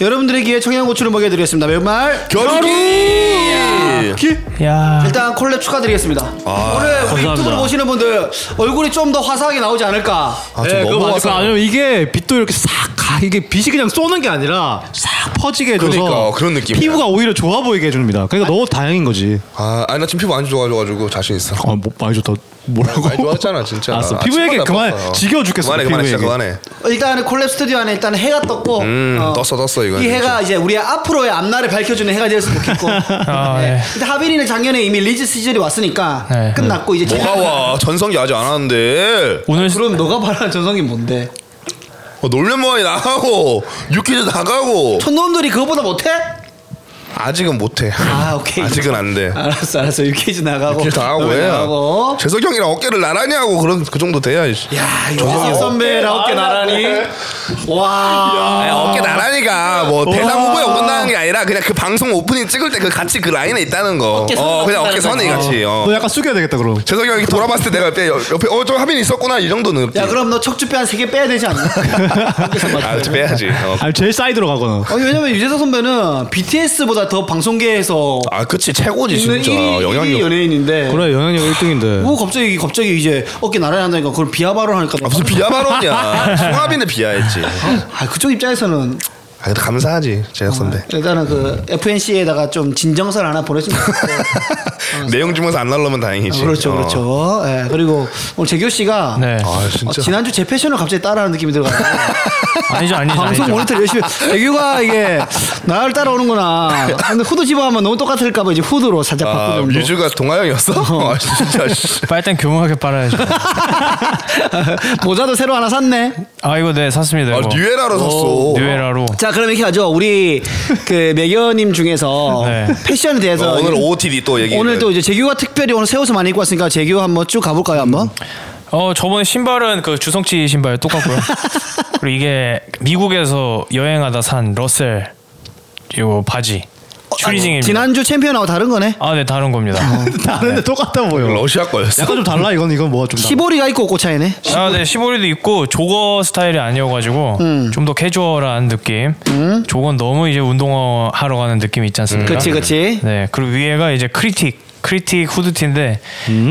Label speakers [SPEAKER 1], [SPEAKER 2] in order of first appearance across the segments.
[SPEAKER 1] 여러분들에게 청양고추를 먹여드리겠습니다. 매운말
[SPEAKER 2] 결기
[SPEAKER 3] 야.
[SPEAKER 1] 일단 콜랩 축하드리겠습니다.
[SPEAKER 2] 아,
[SPEAKER 1] 오늘 우리
[SPEAKER 3] 감사합니다.
[SPEAKER 1] 유튜브로 보시는 분들 얼굴이 좀 더 화사하게 나오지 않을까.
[SPEAKER 2] 아, 저 너무
[SPEAKER 3] 맞을
[SPEAKER 2] 왔어요.
[SPEAKER 3] 거야. 네, 아니면 이게 빛도 이렇게 싹 가. 이게 빛이 그냥 쏘는 게 아니라 싹 퍼지게 해줘서
[SPEAKER 2] 그러니까, 그런 느낌이야.
[SPEAKER 3] 피부가 오히려 좋아 보이게 해줍니다. 그러니까 너무 다행인 거지.
[SPEAKER 2] 아, 아니 나 지금 피부 안 좋아져가지고 자신 있어.
[SPEAKER 3] 아, 뭐 많이 좋다. 뭐라고?
[SPEAKER 2] 많이 좋아졌잖아, 진짜.
[SPEAKER 3] 알았어.
[SPEAKER 2] 아,
[SPEAKER 3] 피부 얘기
[SPEAKER 2] 정말
[SPEAKER 3] 그만.
[SPEAKER 2] 나빴어.
[SPEAKER 3] 지겨워 죽겠어.
[SPEAKER 2] 그만해,
[SPEAKER 3] 피부
[SPEAKER 2] 그만해, 진짜
[SPEAKER 3] 얘기.
[SPEAKER 2] 그만해.
[SPEAKER 1] 일단은 콜랩 스튜디오 안에 일단 해가 떴고
[SPEAKER 2] 음, 떴어, 떴어, 이건
[SPEAKER 1] 이
[SPEAKER 2] 진짜.
[SPEAKER 1] 해가 이제 우리의 앞으로의 앞날을 밝혀주는 해가 되었으면 좋겠고
[SPEAKER 4] 아,
[SPEAKER 1] 네.
[SPEAKER 4] 네.
[SPEAKER 1] 근데 하빈이는 작년에 이미 리즈 시즌이 왔으니까
[SPEAKER 4] 네.
[SPEAKER 1] 끝났고 이제
[SPEAKER 2] 뭐가 와? 전성기 아직 안 하는데.
[SPEAKER 4] 오늘 시-
[SPEAKER 1] 그럼 너가 말하는 전성기 뭔데?
[SPEAKER 2] 어, 놀면 뭐하니 나가고 유키즈 나가고
[SPEAKER 1] 촌놈들이 그거보다 못해?
[SPEAKER 2] 아직은 못해.
[SPEAKER 1] 아 오케이
[SPEAKER 2] 아직은 안 돼.
[SPEAKER 1] 알았어 알았어 유키즈 나가고
[SPEAKER 2] 유키즈 나가고 해.
[SPEAKER 1] 나가고
[SPEAKER 2] 재석이 형이랑 어깨를 나란히 하고 그런 그 정도 돼야. 이씨.
[SPEAKER 1] 야 이재석 선배 라웃개 나란히 와
[SPEAKER 2] 아, 어깨 나란히가 뭐 대상 후보에 오른다는 게 아니라 그냥 그 방송 오프닝 찍을 때 그 같이 그 라인에 있다는 거.
[SPEAKER 1] 어깨 선이
[SPEAKER 2] 어, 그냥 어깨 선이
[SPEAKER 1] 같다는
[SPEAKER 2] 같이. 어.
[SPEAKER 3] 너 약간 숙여야 되겠다 그럼.
[SPEAKER 2] 재석이 형이 돌아봤을 때 내가 옆에 옆에 어저 하빈이 있었구나 이 정도는.
[SPEAKER 1] 야 그럼 너 척추뼈 한 세 개 빼야 되지 않나?
[SPEAKER 2] 아, 좀 빼야지. 어.
[SPEAKER 3] 아니 제일 사이드로 가거나.
[SPEAKER 1] 아니 왜냐면 유재석 선배는 BTS보다 더 방송계에서
[SPEAKER 2] 아, 그치 최고지
[SPEAKER 1] 있는
[SPEAKER 2] 진짜
[SPEAKER 1] 1위,
[SPEAKER 2] 영향력.
[SPEAKER 1] 연예인인데
[SPEAKER 3] 그래 영향력 1등인데.
[SPEAKER 1] 뭐 갑자기 갑자기 이제 어깨 나란히 한다니까 그걸 비하 발언하니까
[SPEAKER 2] 아, 무슨 비하 발언이야. 송하빈을 비하했지.
[SPEAKER 1] 아 그쪽 입장에서는
[SPEAKER 2] 아, 그래도 감사하지 재석 선배.
[SPEAKER 1] 일단은 그 FNC에다가 좀 진정서를 하나 보내주면 좋겠고
[SPEAKER 2] 내용 중에서 안 날라면 다행이지.
[SPEAKER 1] 어, 아, 그렇죠
[SPEAKER 2] 어.
[SPEAKER 1] 그렇죠 예 그리고 오늘 재규 씨가
[SPEAKER 4] 네.
[SPEAKER 2] 아
[SPEAKER 1] 어,
[SPEAKER 2] 진짜.
[SPEAKER 1] 지난주 제 패션을 갑자기 따라하는 느낌이 들어가지고
[SPEAKER 4] 아니죠, 아니죠.
[SPEAKER 1] 방송
[SPEAKER 4] 아니죠.
[SPEAKER 1] 모니터 열심히 재규가 이게 나를 따라오는구나 근데 후드 집어하면 너무 똑같을까 봐 이제 후드로 살짝
[SPEAKER 2] 아,
[SPEAKER 1] 바꾸는 거
[SPEAKER 2] 뮤즈가 동아형이었어? 아, 진짜. 씨.
[SPEAKER 4] 빨단 교묘하게 빨아야죠.
[SPEAKER 1] 모자도 새로 하나 샀네
[SPEAKER 4] 아 이거 네 샀습니다.
[SPEAKER 2] 아,
[SPEAKER 4] 이거.
[SPEAKER 2] 뉴에라로 샀어.
[SPEAKER 4] 뉴에라로.
[SPEAKER 1] 자 그럼 이렇게 하죠 우리 그 매견님 중에서
[SPEAKER 4] 네.
[SPEAKER 1] 패션에 대해서
[SPEAKER 2] 어, 오늘 OOTD 또 얘기.
[SPEAKER 1] 오늘 또 이제 재규가 특별히 오늘 새 옷을 많이 입고 왔으니까 재규 한번 쭉 가볼까요 한번?
[SPEAKER 4] 어 저번에 신발은 그 주성치 신발 똑같고요. 그리고 이게 미국에서 여행하다 산 러셀 이거 바지 추리징입니다.
[SPEAKER 1] 지난주 챔피언하고 다른 거네.
[SPEAKER 4] 아네 다른 겁니다.
[SPEAKER 3] 다른데 똑같다 보여.
[SPEAKER 2] 러시아 거였어.
[SPEAKER 3] 약간 좀 달라 이건 이건 뭐가 좀. 달라.
[SPEAKER 1] 시보리가 있고 없고 차이네.
[SPEAKER 4] 아네 시보리도 있고 조거 스타일이 아니어가지고 좀 더 캐주얼한 느낌. 조건 너무 이제 운동화 하러 가는 느낌 있지 않습니까?
[SPEAKER 1] 그치 그치.
[SPEAKER 4] 네 그리고 위에가 이제 크리틱 크리틱 후드티인데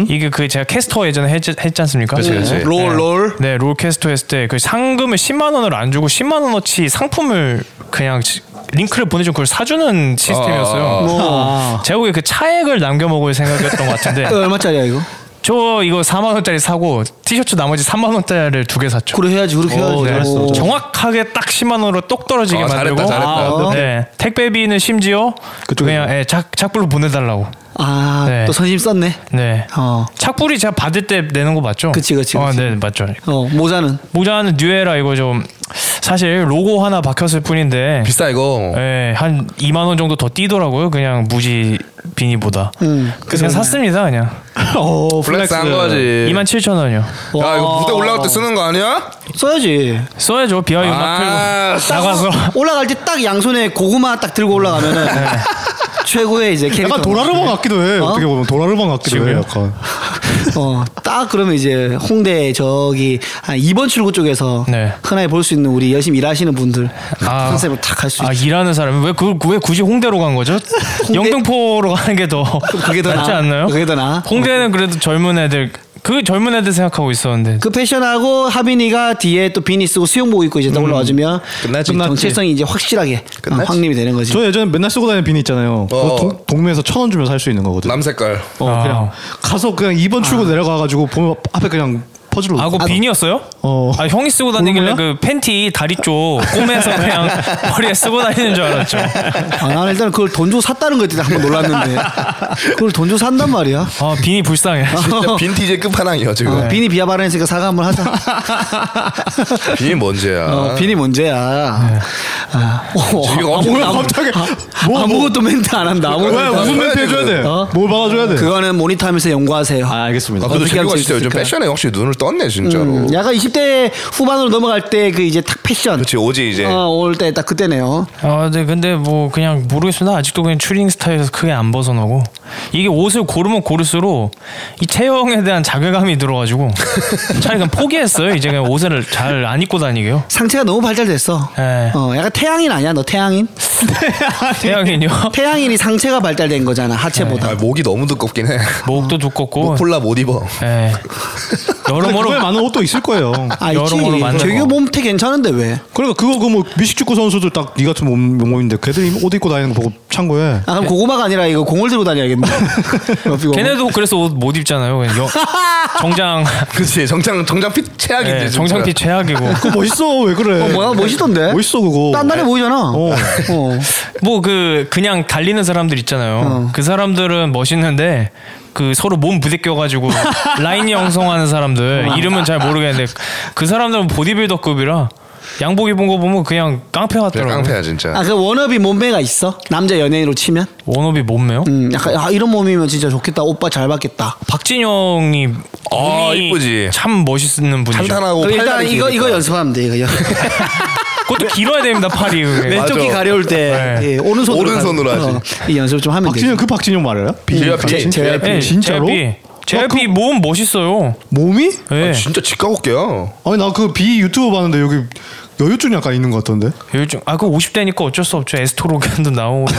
[SPEAKER 4] 이게 그 제가 캐스터 예전에 했, 했지 않습니까?
[SPEAKER 2] 그치, 아, 그치.
[SPEAKER 4] 네.
[SPEAKER 1] 롤, 롤.
[SPEAKER 4] 네, 롤 캐스터 했을 때 그 상금을 10만 원을 안 주고 10만 원어치 상품을 그냥 지- 링크를 보내주면 그걸 사주는
[SPEAKER 2] 아,
[SPEAKER 4] 시스템이었어요.
[SPEAKER 1] 뭐
[SPEAKER 4] 제가 보기에 그 차액을 남겨 먹을 생각이었던 것 같은데
[SPEAKER 1] 이거 얼마짜리야 이거?
[SPEAKER 4] 저 이거 4만 원짜리 사고 티셔츠 나머지 3만 원짜리를 두 개 샀죠.
[SPEAKER 1] 그래 해야지 그렇게
[SPEAKER 4] 오, 네.
[SPEAKER 1] 해야지. 오.
[SPEAKER 4] 정확하게 딱 10만 원으로 똑 떨어지게
[SPEAKER 2] 아, 잘했다,
[SPEAKER 4] 만들고
[SPEAKER 2] 잘했다.
[SPEAKER 4] 아, 네. 택배비는 심지어 그냥 예, 착, 착불로 보내달라고
[SPEAKER 1] 아,
[SPEAKER 4] 네.
[SPEAKER 1] 또 선심 썼네.
[SPEAKER 4] 네
[SPEAKER 1] 어.
[SPEAKER 4] 착불이 제가 받을 때 내는 거 맞죠?
[SPEAKER 1] 그치, 그치,
[SPEAKER 4] 아,
[SPEAKER 1] 그치.
[SPEAKER 4] 네 맞죠
[SPEAKER 1] 어 모자는
[SPEAKER 4] 모자는 뉴에라 이거 좀 사실 로고 하나 박혔을 뿐인데
[SPEAKER 2] 비싸 이거.
[SPEAKER 4] 예, 한 2만 원 정도 더 뛰더라고요. 그냥 무지 비니보다.
[SPEAKER 1] 음,
[SPEAKER 4] 그냥 샀습니다, 그냥.
[SPEAKER 3] 어
[SPEAKER 2] 플렉스 한 거지.
[SPEAKER 4] 2만 7천 원이요.
[SPEAKER 2] 야 이거
[SPEAKER 1] 와.
[SPEAKER 2] 무대 올라갈 때 쓰는 거 아니야?
[SPEAKER 1] 어. 써야지.
[SPEAKER 4] 써야죠. 비하이 음악
[SPEAKER 2] 아,
[SPEAKER 4] 틀고 나가서
[SPEAKER 1] 올라갈 때 딱 양손에 고구마 딱 들고 올라가면은 최고의 이제 캐릭터.
[SPEAKER 3] 약간 도라르방 같기도 해. 어떻게 보면 도라르방 같기도 해.
[SPEAKER 4] 지금요?
[SPEAKER 3] 약간.
[SPEAKER 1] 어, 딱 그러면 이제 홍대 저기 한 2번 출구 쪽에서
[SPEAKER 4] 네.
[SPEAKER 1] 흔하게 볼 수 있는 우리 열심히 일하시는 분들
[SPEAKER 4] 아.
[SPEAKER 1] 컨셉으로 탁 할 수
[SPEAKER 4] 아,
[SPEAKER 1] 있죠.
[SPEAKER 4] 일하는 사람이 왜, 그, 왜 굳이 홍대로 간 거죠? 영등포로 가는 게 더
[SPEAKER 1] 그게 더
[SPEAKER 4] 낫지
[SPEAKER 1] 나아.
[SPEAKER 4] 않나요?
[SPEAKER 1] 그게 더 나아.
[SPEAKER 4] 홍대는 그래도 젊은 애들 그 젊은 애들 생각하고 있었는데
[SPEAKER 1] 그 패션하고 하빈이가 뒤에 또 비니 쓰고 수영복 입고 이제 딱 올라와주면
[SPEAKER 2] 끝나지.
[SPEAKER 1] 그 정체성이 이제 확실하게 어, 확립이 되는 거지.
[SPEAKER 3] 저 예전에 맨날 쓰고 다니는 비니 있잖아요. 그거
[SPEAKER 2] 어.
[SPEAKER 3] 동, 동네에서 천 원 주면 살 수 있는 거거든.
[SPEAKER 2] 남색깔.
[SPEAKER 3] 어 그냥 가서 그냥 2번 출구 내려가가지고 보면 앞에 그냥 퍼즐로.
[SPEAKER 4] 아, 그거 비니였어요?
[SPEAKER 3] 어.
[SPEAKER 4] 아, 형이 쓰고 다니길래
[SPEAKER 3] 골무야?
[SPEAKER 4] 그 팬티 다리 쪽 꼬매서 그냥 머리에 쓰고 다니는 줄 알았죠.
[SPEAKER 1] 아, 나는 일단 그걸 돈 주고 샀다는 거에 대해서 한번 놀랐는데 그걸 돈 주고 산단 말이야.
[SPEAKER 4] 아, 비니 불쌍해.
[SPEAKER 2] 진짜 빈티지 끝판왕이야 지금.
[SPEAKER 3] 네.
[SPEAKER 1] 어, 비니 비하 발언했으니까 사과 한번 하자.
[SPEAKER 2] 빈이 뭔지야.
[SPEAKER 1] 어, 빈이 문제야.
[SPEAKER 3] 네.
[SPEAKER 1] 아, 어,
[SPEAKER 2] 지금
[SPEAKER 1] 아무-
[SPEAKER 2] 오늘
[SPEAKER 1] 아무-
[SPEAKER 3] 갑자기
[SPEAKER 1] 아,
[SPEAKER 3] 뭐-
[SPEAKER 1] 아무것도 멘트 안 한다. 아무것도
[SPEAKER 3] 왜
[SPEAKER 1] 멘트 안
[SPEAKER 3] 무슨
[SPEAKER 1] 한다.
[SPEAKER 3] 멘트 해줘야 돼?
[SPEAKER 1] 어?
[SPEAKER 3] 뭘 받아줘야 돼?
[SPEAKER 1] 그거는 모니터하면서 연구하세요.
[SPEAKER 3] 아 알겠습니다.
[SPEAKER 2] 아, 그래도
[SPEAKER 1] 어떻게 할수
[SPEAKER 2] 재규가 진짜 요즘
[SPEAKER 1] 있을까?
[SPEAKER 2] 패션에 확실히 눈을 떴네 진짜로.
[SPEAKER 1] 음, 약간 20대 후반으로 넘어갈 때 그 이제 탁 패션.
[SPEAKER 3] 그렇죠.
[SPEAKER 2] 그렇지 오지
[SPEAKER 3] 예.
[SPEAKER 2] 이제.
[SPEAKER 1] 어, 올 때 딱 그때네요.
[SPEAKER 4] 아, 네, 근데 뭐 그냥 모르겠습니다. 아직도 그냥 추링 스타일에서 크게 안 벗어나고 이게 옷을 고르면 고를수록 이 체형에 대한 자괴감이 들어가지고 차라리 그냥 포기했어요. 이제 그냥 옷을 잘 안 입고 다니게요.
[SPEAKER 1] 상체가 너무 발달됐어.
[SPEAKER 4] 예.
[SPEAKER 1] 어, 약간 태양인 아니야? 너 태양인?
[SPEAKER 4] 태양인요.
[SPEAKER 1] 태양인이 상체가 발달된 거잖아 하체보다.
[SPEAKER 2] 아, 목이 너무 두껍긴 해.
[SPEAKER 4] 목도 두껍고.
[SPEAKER 2] 콜라 못 입어.
[SPEAKER 4] 예. 여러모로
[SPEAKER 3] 그거에
[SPEAKER 2] 뭐.
[SPEAKER 3] 많은 옷도 있을 거예요.
[SPEAKER 1] 아,
[SPEAKER 4] 여러모로
[SPEAKER 1] 있지.
[SPEAKER 4] 만든
[SPEAKER 1] 재규
[SPEAKER 4] 거.
[SPEAKER 1] 몸태 괜찮은데 왜?
[SPEAKER 3] 그러니까 그거 그 뭐 미식축구 선수들 딱 이 같은 몸, 몸인데 걔들이 옷 입고 다니는 거 보고 참고해.
[SPEAKER 1] 아, 그럼 고구마가 아니라 이거 공을 들고 다녀야겠네. 옆이 공을.
[SPEAKER 4] 걔네도 그래서 옷 못 입잖아요. 그냥 여- 정장
[SPEAKER 2] 그치 정장 정장 핏 최악인데
[SPEAKER 4] 예,
[SPEAKER 1] 네,
[SPEAKER 2] 진짜.
[SPEAKER 4] 정장 티 최악이고
[SPEAKER 3] 그거 멋있어 왜 그래?
[SPEAKER 1] 어, 뭐야 멋있던데.
[SPEAKER 3] 멋있어 그거.
[SPEAKER 1] 딴날에 뭐- 보이잖아.
[SPEAKER 3] 어.
[SPEAKER 1] 어.
[SPEAKER 4] 뭐 그 그냥 달리는 사람들 있잖아요. 그 사람들은 멋있는데 그 서로 몸 부대껴가지고 라인 형성하는 사람들 이름은 잘 모르겠는데 그 사람들은 보디빌더급이라 양복 입은 거 보면 그냥 깡패
[SPEAKER 2] 그래,
[SPEAKER 4] 같더라고요.
[SPEAKER 2] 깡패야 진짜.
[SPEAKER 1] 아, 그 워너비 몸매가 있어? 남자 연예인으로 치면?
[SPEAKER 4] 원업이 몸매요?
[SPEAKER 1] 음, 약간 아, 이런 몸이면 진짜 좋겠다. 오빠 잘 받겠다.
[SPEAKER 4] 박진영이
[SPEAKER 2] 아,
[SPEAKER 4] 몸이
[SPEAKER 2] 이쁘지.
[SPEAKER 4] 참 멋있는 분이죠.
[SPEAKER 2] 탄탄하고
[SPEAKER 1] 그럼 일단
[SPEAKER 2] 팔다리
[SPEAKER 1] 이거
[SPEAKER 2] 길니까.
[SPEAKER 1] 이거 연습하면 돼. 이거 네, 연-
[SPEAKER 4] 그것도 길어야 됩니다 팔이. 그게.
[SPEAKER 1] 왼쪽 귀
[SPEAKER 2] 맞아.
[SPEAKER 1] 가려울 때
[SPEAKER 4] 네.
[SPEAKER 1] 예, 오른손으로
[SPEAKER 2] 오른손으로
[SPEAKER 1] 가려-
[SPEAKER 2] 하지.
[SPEAKER 1] 어, 이 연습을 좀 하면 돼.
[SPEAKER 3] 박진영 그 박진영 말이야?
[SPEAKER 2] JYP.
[SPEAKER 1] JYP.
[SPEAKER 4] 예,
[SPEAKER 3] 아, 진짜로? 어, 아, 그
[SPEAKER 4] JYP. JYP 몸 멋있어요.
[SPEAKER 3] 몸이?
[SPEAKER 4] 예.
[SPEAKER 2] 아, 진짜 직가고게요.
[SPEAKER 3] 아니 나 그 비 유튜브 봤는데 여기 여유증 약간 있는 것 같던데.
[SPEAKER 4] 요즘 아그 50대니까 어쩔 수 없죠. 에스토로겐도 나오고 이제.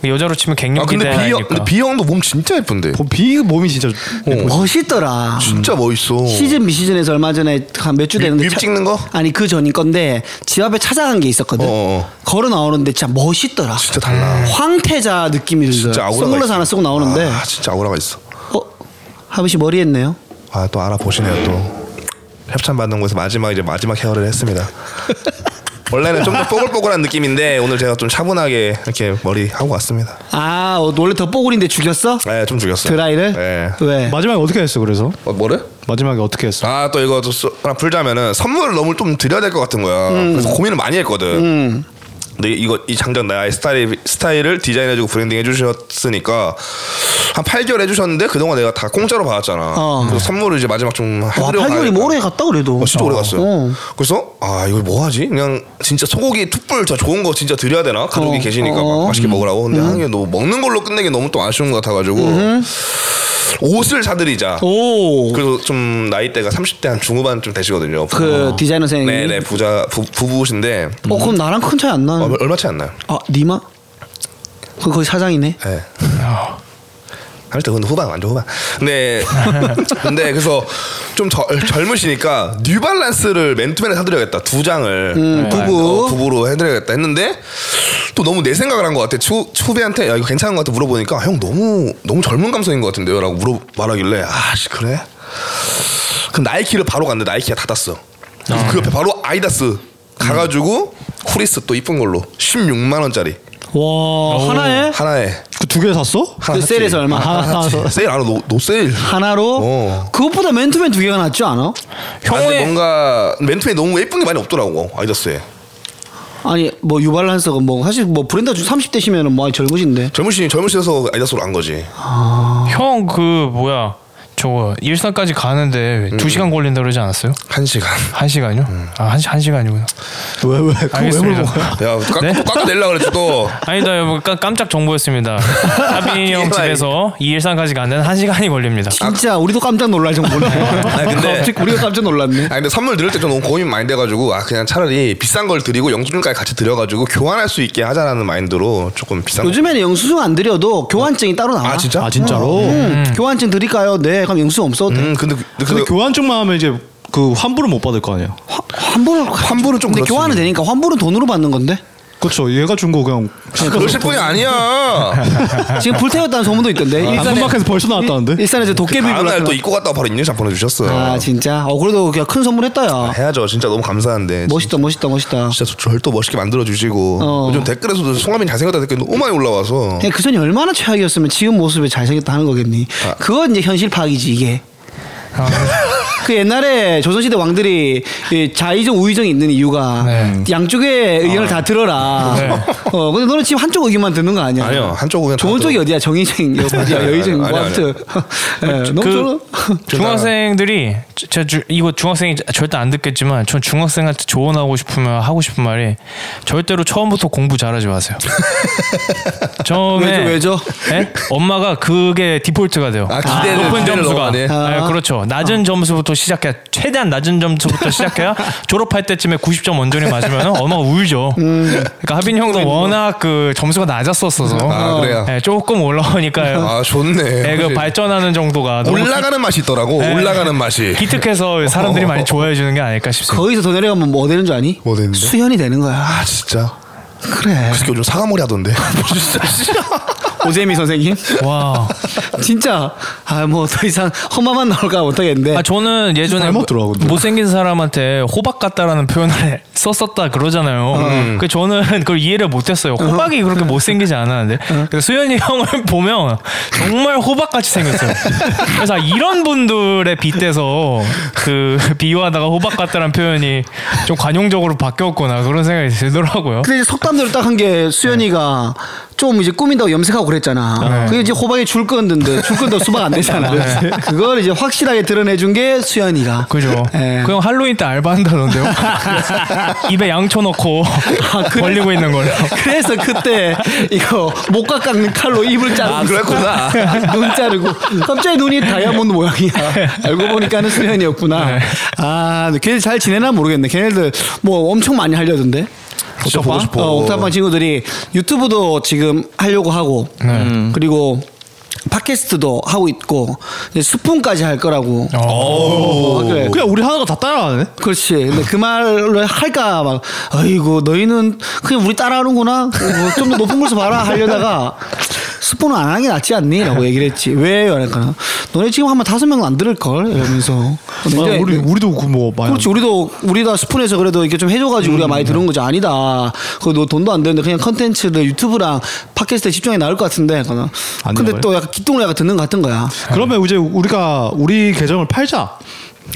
[SPEAKER 4] 그 여자로 치면
[SPEAKER 2] 아
[SPEAKER 4] 갱년기
[SPEAKER 2] 근데 비 형,
[SPEAKER 4] 대니까.
[SPEAKER 2] 근데 비 형도 몸 진짜 예쁜데.
[SPEAKER 1] 음.
[SPEAKER 3] 어, 비 몸이 진짜
[SPEAKER 1] 네. 멋있더라.
[SPEAKER 2] 진짜 멋있어.
[SPEAKER 1] 시즌 미시즌에서 얼마 전에 한 몇 주
[SPEAKER 2] 뮤-
[SPEAKER 1] 되는데
[SPEAKER 2] 뮤비
[SPEAKER 1] 차-
[SPEAKER 2] 찍는 거?
[SPEAKER 1] 아니 그 전인 건데 집 앞에 찾아간 게 있었거든.
[SPEAKER 2] 어, 어.
[SPEAKER 1] 걸어 나오는데 진짜 멋있더라. 네.
[SPEAKER 2] 진짜 달라.
[SPEAKER 1] 황태자 느낌이
[SPEAKER 2] 진짜
[SPEAKER 1] 들어요.
[SPEAKER 2] 아우라가
[SPEAKER 1] 선글라스
[SPEAKER 2] 있어.
[SPEAKER 1] 하나 쓰고 나오는데
[SPEAKER 2] 아, 진짜 아우라가 있어.
[SPEAKER 1] 어 하빈 씨 머리 했네요.
[SPEAKER 2] 아 또 알아보시네요 또. 협찬 받는 곳에서 마지막 이제 마지막 헤어를 했습니다. 원래는 좀 더 뽀글뽀글한 느낌인데 오늘 제가 좀 차분하게 이렇게 머리 하고 왔습니다.
[SPEAKER 1] 아 어, 원래 더 뽀글인데 죽였어?
[SPEAKER 2] 네, 좀 죽였어요.
[SPEAKER 1] 드라이를?
[SPEAKER 2] 네.
[SPEAKER 1] 왜?
[SPEAKER 3] 마지막에 어떻게 했어 그래서?
[SPEAKER 2] 어, 뭐를?
[SPEAKER 3] 마지막에 어떻게 했어?
[SPEAKER 2] 아 또 이거 또 쏘- 하나 풀자면은 선물을 너무 좀 드려야 될 것 같은 거야.
[SPEAKER 1] 음.
[SPEAKER 2] 그래서 고민을 많이 했거든. 근데 이거 이 장전 나의 스타일 스타일을 디자인해주고 브랜딩 해주셨으니까 한 8개월 해주셨는데 그동안 내가 다 공짜로 받았잖아.
[SPEAKER 1] 어.
[SPEAKER 2] 그래서 선물을 이제 마지막 좀
[SPEAKER 1] 와
[SPEAKER 2] 하려고.
[SPEAKER 1] 8개월이
[SPEAKER 2] 하니까.
[SPEAKER 1] 오래 갔다 그래도.
[SPEAKER 2] 어, 진짜 오래 갔어요.
[SPEAKER 1] 어.
[SPEAKER 2] 그래서 아 이걸 뭐 하지? 그냥 진짜 소고기 툭불 저 좋은 거 진짜 드려야 되나? 가족이
[SPEAKER 1] 어,
[SPEAKER 2] 계시니까
[SPEAKER 1] 어.
[SPEAKER 2] 막 맛있게 먹으라고. 근데 한 개 너무 먹는 걸로 끝내기 너무 또 아쉬운 것 같아가지고
[SPEAKER 1] 음.
[SPEAKER 2] 옷을 사드리자.
[SPEAKER 1] 오. 그,
[SPEAKER 2] 그리고 좀 나이대가 30대 한 중후반 좀 되시거든요.
[SPEAKER 1] 디자이너 선생님.
[SPEAKER 2] 어. 네네 어, 부자 부, 부부신데
[SPEAKER 1] 어 그럼 나랑 큰 차이 안 나는.
[SPEAKER 2] 얼마, 얼마 차이 안 나요.
[SPEAKER 1] 아 니마? 그 거의 사장이네.
[SPEAKER 2] 예. 네. 하여튼 근데 후반 완전 후반. 근데 근데 그래서 좀 절, 젊으시니까 뉴발란스를 맨투맨에 사드려야겠다 두 장을
[SPEAKER 1] 음, 부부.
[SPEAKER 2] 어, 부부로 해드려야겠다 했는데 또 너무 내 생각을 한 것 같아 추 후배한테 야 이거 괜찮은 것 같아 물어보니까 형 너무 너무 젊은 감성인 것 같은데요라고 물어 말하길래 아씨 그래 그럼 나이키를 바로 갔는데 나이키가 닫았어. 그래서 그 옆에 바로 아이다스 가가지고 후리스 또 이쁜 걸로 16만 원짜리
[SPEAKER 1] 와 하나에
[SPEAKER 2] 하나에
[SPEAKER 3] 그 두 개 샀어?
[SPEAKER 1] 그
[SPEAKER 2] 샀지.
[SPEAKER 1] 셀에서 얼마?
[SPEAKER 3] 하나
[SPEAKER 1] 아,
[SPEAKER 3] 샀어.
[SPEAKER 2] 세일 안 하고 노세일.
[SPEAKER 1] 하나로
[SPEAKER 2] 어.
[SPEAKER 1] 그것보다 맨투맨 두 개가 낫지 않아?
[SPEAKER 2] 아니,
[SPEAKER 4] 형의
[SPEAKER 2] 뭔가 맨투맨 너무 예쁜 게 많이 없더라고 아이더스에.
[SPEAKER 1] 아니 뭐 유발란스가 뭐 사실 뭐 브랜드 주 30대시면은 뭐 젊으신데
[SPEAKER 2] 젊으신 젊으셔서 아이더스로 간 거지.
[SPEAKER 4] 형 그 뭐야 저거 일산까지 가는데 두 시간 걸린다 그러지 않았어요?
[SPEAKER 2] 한 시간.
[SPEAKER 4] 한 시간요? 아한한 시간이구나.
[SPEAKER 3] 왜 왜? 그거 왜
[SPEAKER 4] 알겠습니다.
[SPEAKER 3] 물어본 거야?
[SPEAKER 2] 야
[SPEAKER 4] 네?
[SPEAKER 2] 깎아 깎아 내려 그랬지 또.
[SPEAKER 4] 아니다 여러분 깜- 깜짝 정보였습니다. 하빈이 형 집에서 이 일산까지 가는 한 시간이 걸립니다.
[SPEAKER 1] 진짜 우리도 깜짝 놀랄 정도네.
[SPEAKER 2] 아. 근데-
[SPEAKER 1] 갑자기 우리가 깜짝 놀랐네.
[SPEAKER 2] 아 근데 선물 드릴 때 좀 너무 고민 많이 돼가지고 아 그냥 차라리 비싼 걸 드리고 영수증까지 같이 드려가지고 교환할 수 있게 하자라는 마인드로 조금 비싼. 거-
[SPEAKER 1] 요즘에는 영수증 안 드려도 교환증이 따로 나와.
[SPEAKER 2] 아 진짜?
[SPEAKER 3] 아 진짜로?
[SPEAKER 1] 음, 교환증 드릴까요? 네. 그럼 영수증 없어도 돼.
[SPEAKER 2] 음 근데 그-
[SPEAKER 3] 근데
[SPEAKER 2] 근데 그
[SPEAKER 3] 교환증만 하면 이제 그 환불은 못 받을 거 아니야.
[SPEAKER 1] 환- 환불
[SPEAKER 2] 환불은 좀
[SPEAKER 1] 근데
[SPEAKER 2] 그렇지.
[SPEAKER 1] 교환은 되니까 환불은 돈으로 받는 건데.
[SPEAKER 3] 그렇죠. 얘가 준 거 그냥
[SPEAKER 2] 그러실 분이 아니야.
[SPEAKER 1] 지금 불태웠다는 소문도 있던데.
[SPEAKER 3] 아,
[SPEAKER 1] 일산에
[SPEAKER 3] 단순마켓에서 벌써 나왔다는데?
[SPEAKER 1] 일산에서 도깨비
[SPEAKER 2] 그 다음날 또
[SPEAKER 1] 불렀던-
[SPEAKER 2] 입고 갔다가 바로 인증샷 보내주셨어요.
[SPEAKER 1] 아 진짜. 어 그래도 그냥 큰 선물했다 야.
[SPEAKER 2] 해야죠. 아, 진짜 너무 감사한데.
[SPEAKER 1] 멋있다 멋있다 멋있다.
[SPEAKER 2] 진짜 절 또 멋있게 만들어 주시고
[SPEAKER 1] 어.
[SPEAKER 2] 요즘 댓글에서도 송하민 잘생겼다 댓글 너무 많이 올라와서
[SPEAKER 1] 그냥 그 전이 얼마나
[SPEAKER 2] 아.
[SPEAKER 4] 아, 그렇죠.
[SPEAKER 1] 최악이었으면 지금 모습에 잘생겼다 하는 거겠니. 그건 이제 현실 파악이지 이게. 그 옛날에 조선시대 왕들이 이 자의정 우의정이 있는 이유가
[SPEAKER 4] 네.
[SPEAKER 1] 양쪽의 의견을 다 들어라. 어 근데 너는 지금 한쪽 의견만 듣는 거 아니야?
[SPEAKER 2] 아니요, 한쪽 의견 다
[SPEAKER 1] 좋은 쪽이
[SPEAKER 2] 들어.
[SPEAKER 1] 어디야? 정의정 여- 어디야?
[SPEAKER 2] 아니,
[SPEAKER 1] 여의정
[SPEAKER 2] 아니,
[SPEAKER 1] 뭐
[SPEAKER 2] 아니,
[SPEAKER 1] 아무튼 예, 너무 좋은.
[SPEAKER 4] 그 중학생들이 저- 저 주- 이거 중학생이 절대 안 듣겠지만 전 중학생한테 조언하고 싶으면 하고 싶은 말이 절대로 처음부터 공부 잘하지 마세요. 처음에
[SPEAKER 1] 왜죠?
[SPEAKER 4] 예? 엄마가 그게 디폴트가 돼요.
[SPEAKER 2] 아, 기대를-
[SPEAKER 4] 높은
[SPEAKER 2] 기대를
[SPEAKER 4] 점수가.
[SPEAKER 2] 너무 많이 해?
[SPEAKER 4] 예, 그렇죠. 낮은 점수부터 시작해 최대한 낮은 점수부터 시작해야 졸업할 때쯤에 90점 원전이 맞으면 엄마가 울죠. 그러니까 하빈 형도 워낙 그 점수가 낮았었어서
[SPEAKER 2] 아, 그래요?
[SPEAKER 4] 예, 조금 올라오니까요.
[SPEAKER 2] 아 좋네.
[SPEAKER 4] 예, 그
[SPEAKER 2] 확실히.
[SPEAKER 4] 발전하는 정도가 너무
[SPEAKER 2] 올라가는 어. 맛이 있더라고.
[SPEAKER 4] 네.
[SPEAKER 2] 올라가는 맛이.
[SPEAKER 4] 기특해서 사람들이 많이 좋아해 주는 게 아닐까 싶습니다.
[SPEAKER 1] 거기서 더 내려가면 뭐 되는 줄 아니?
[SPEAKER 2] 뭐 되는데?
[SPEAKER 1] 수현이 되는 거야.
[SPEAKER 2] 아 진짜.
[SPEAKER 1] 그래.
[SPEAKER 2] 그래서 요즘 사과머리 하던데. 진짜 싫어.
[SPEAKER 1] 오재미 선생님.
[SPEAKER 4] 와.
[SPEAKER 1] 진짜 아 뭐 더 이상 험마만 나올까 못하겠는데.
[SPEAKER 4] 아 저는 예전에
[SPEAKER 3] 닮아 들어가, 근데.
[SPEAKER 4] 못생긴 사람한테 호박 같다라는 표현을 썼었다 그러잖아요. 그 저는 그걸 이해를 못했어요. 호박이 그렇게 못생기지 않았는데. 그래서 수현이 형을 보면 정말 호박같이 생겼어요. 그래서 아, 이런 분들의 빗대서 그 비유하다가 호박 같다라는 표현이 좀 관용적으로 바뀌었구나 그런 생각이 들더라고요.
[SPEAKER 1] 근데 이제 속담대로 딱 한 게 수현이가 좀 이제 꾸민다고 염색하고
[SPEAKER 4] 네.
[SPEAKER 1] 그랬잖아. 그게 이제 호박에 줄 건데 줄 건데 수박 안 되잖아. 그걸 이제 확실하게 드러내준 게 수현이가.
[SPEAKER 4] 네. 그죠.
[SPEAKER 1] 예.
[SPEAKER 4] 그 형 할로윈 때 알바한다던데요. 입에 양초 넣고 벌리고 있는 걸로.
[SPEAKER 1] 아, 그래서 그때 이거 목각 깎는 칼로 입을 자르고
[SPEAKER 2] 아, 그랬구나. 네.
[SPEAKER 1] 있었구나. 눈 자르고 갑자기 눈이 다이아몬드 모양이야 알고 보니까는 수현이었구나 아 근데 걔네들 잘 지내나 모르겠네 걔네들 뭐 엄청 많이 하려던데
[SPEAKER 2] 진짜 보고 싶어.
[SPEAKER 1] 어, 옥탑방 친구들이 유튜브도 지금 하려고 하고
[SPEAKER 2] 네.
[SPEAKER 1] 음. 그리고 팟캐스트도 하고 있고 이제 스푼까지 할 거라고 어, 그래.
[SPEAKER 3] 그냥 우리 하나가 다 따라가네.
[SPEAKER 1] 그렇지. 근데 그 말을 할까 막 아이고 너희는 그냥 우리 따라하는구나. 뭐 좀 더 높은 곳에서 봐라 하려다가 스폰은 안 하는 게 낫지 않니?라고 얘기를 했지. 왜요? 그러니까 너네 지금 아마 다섯 명은 안 들을 걸 이러면서. 근데
[SPEAKER 3] 아,
[SPEAKER 1] 이제
[SPEAKER 3] 우리 우리도 그뭐 많이.
[SPEAKER 1] 그렇지 우리도 우리가 스푼에서 그래도 이렇게 좀 해줘가지고 우리가 많이 들은 거지 아니다 그거 너 돈도 안 되는데 그냥 컨텐츠를 유튜브랑 팟캐스트에 집중해 나올 것 같은데 그러나
[SPEAKER 3] 안
[SPEAKER 1] 근데
[SPEAKER 3] 나와요?
[SPEAKER 1] 또 약간 기똥을 약간 듣는 것 같은 거야
[SPEAKER 3] 그러면 이제 우리가 우리 계정을 팔자.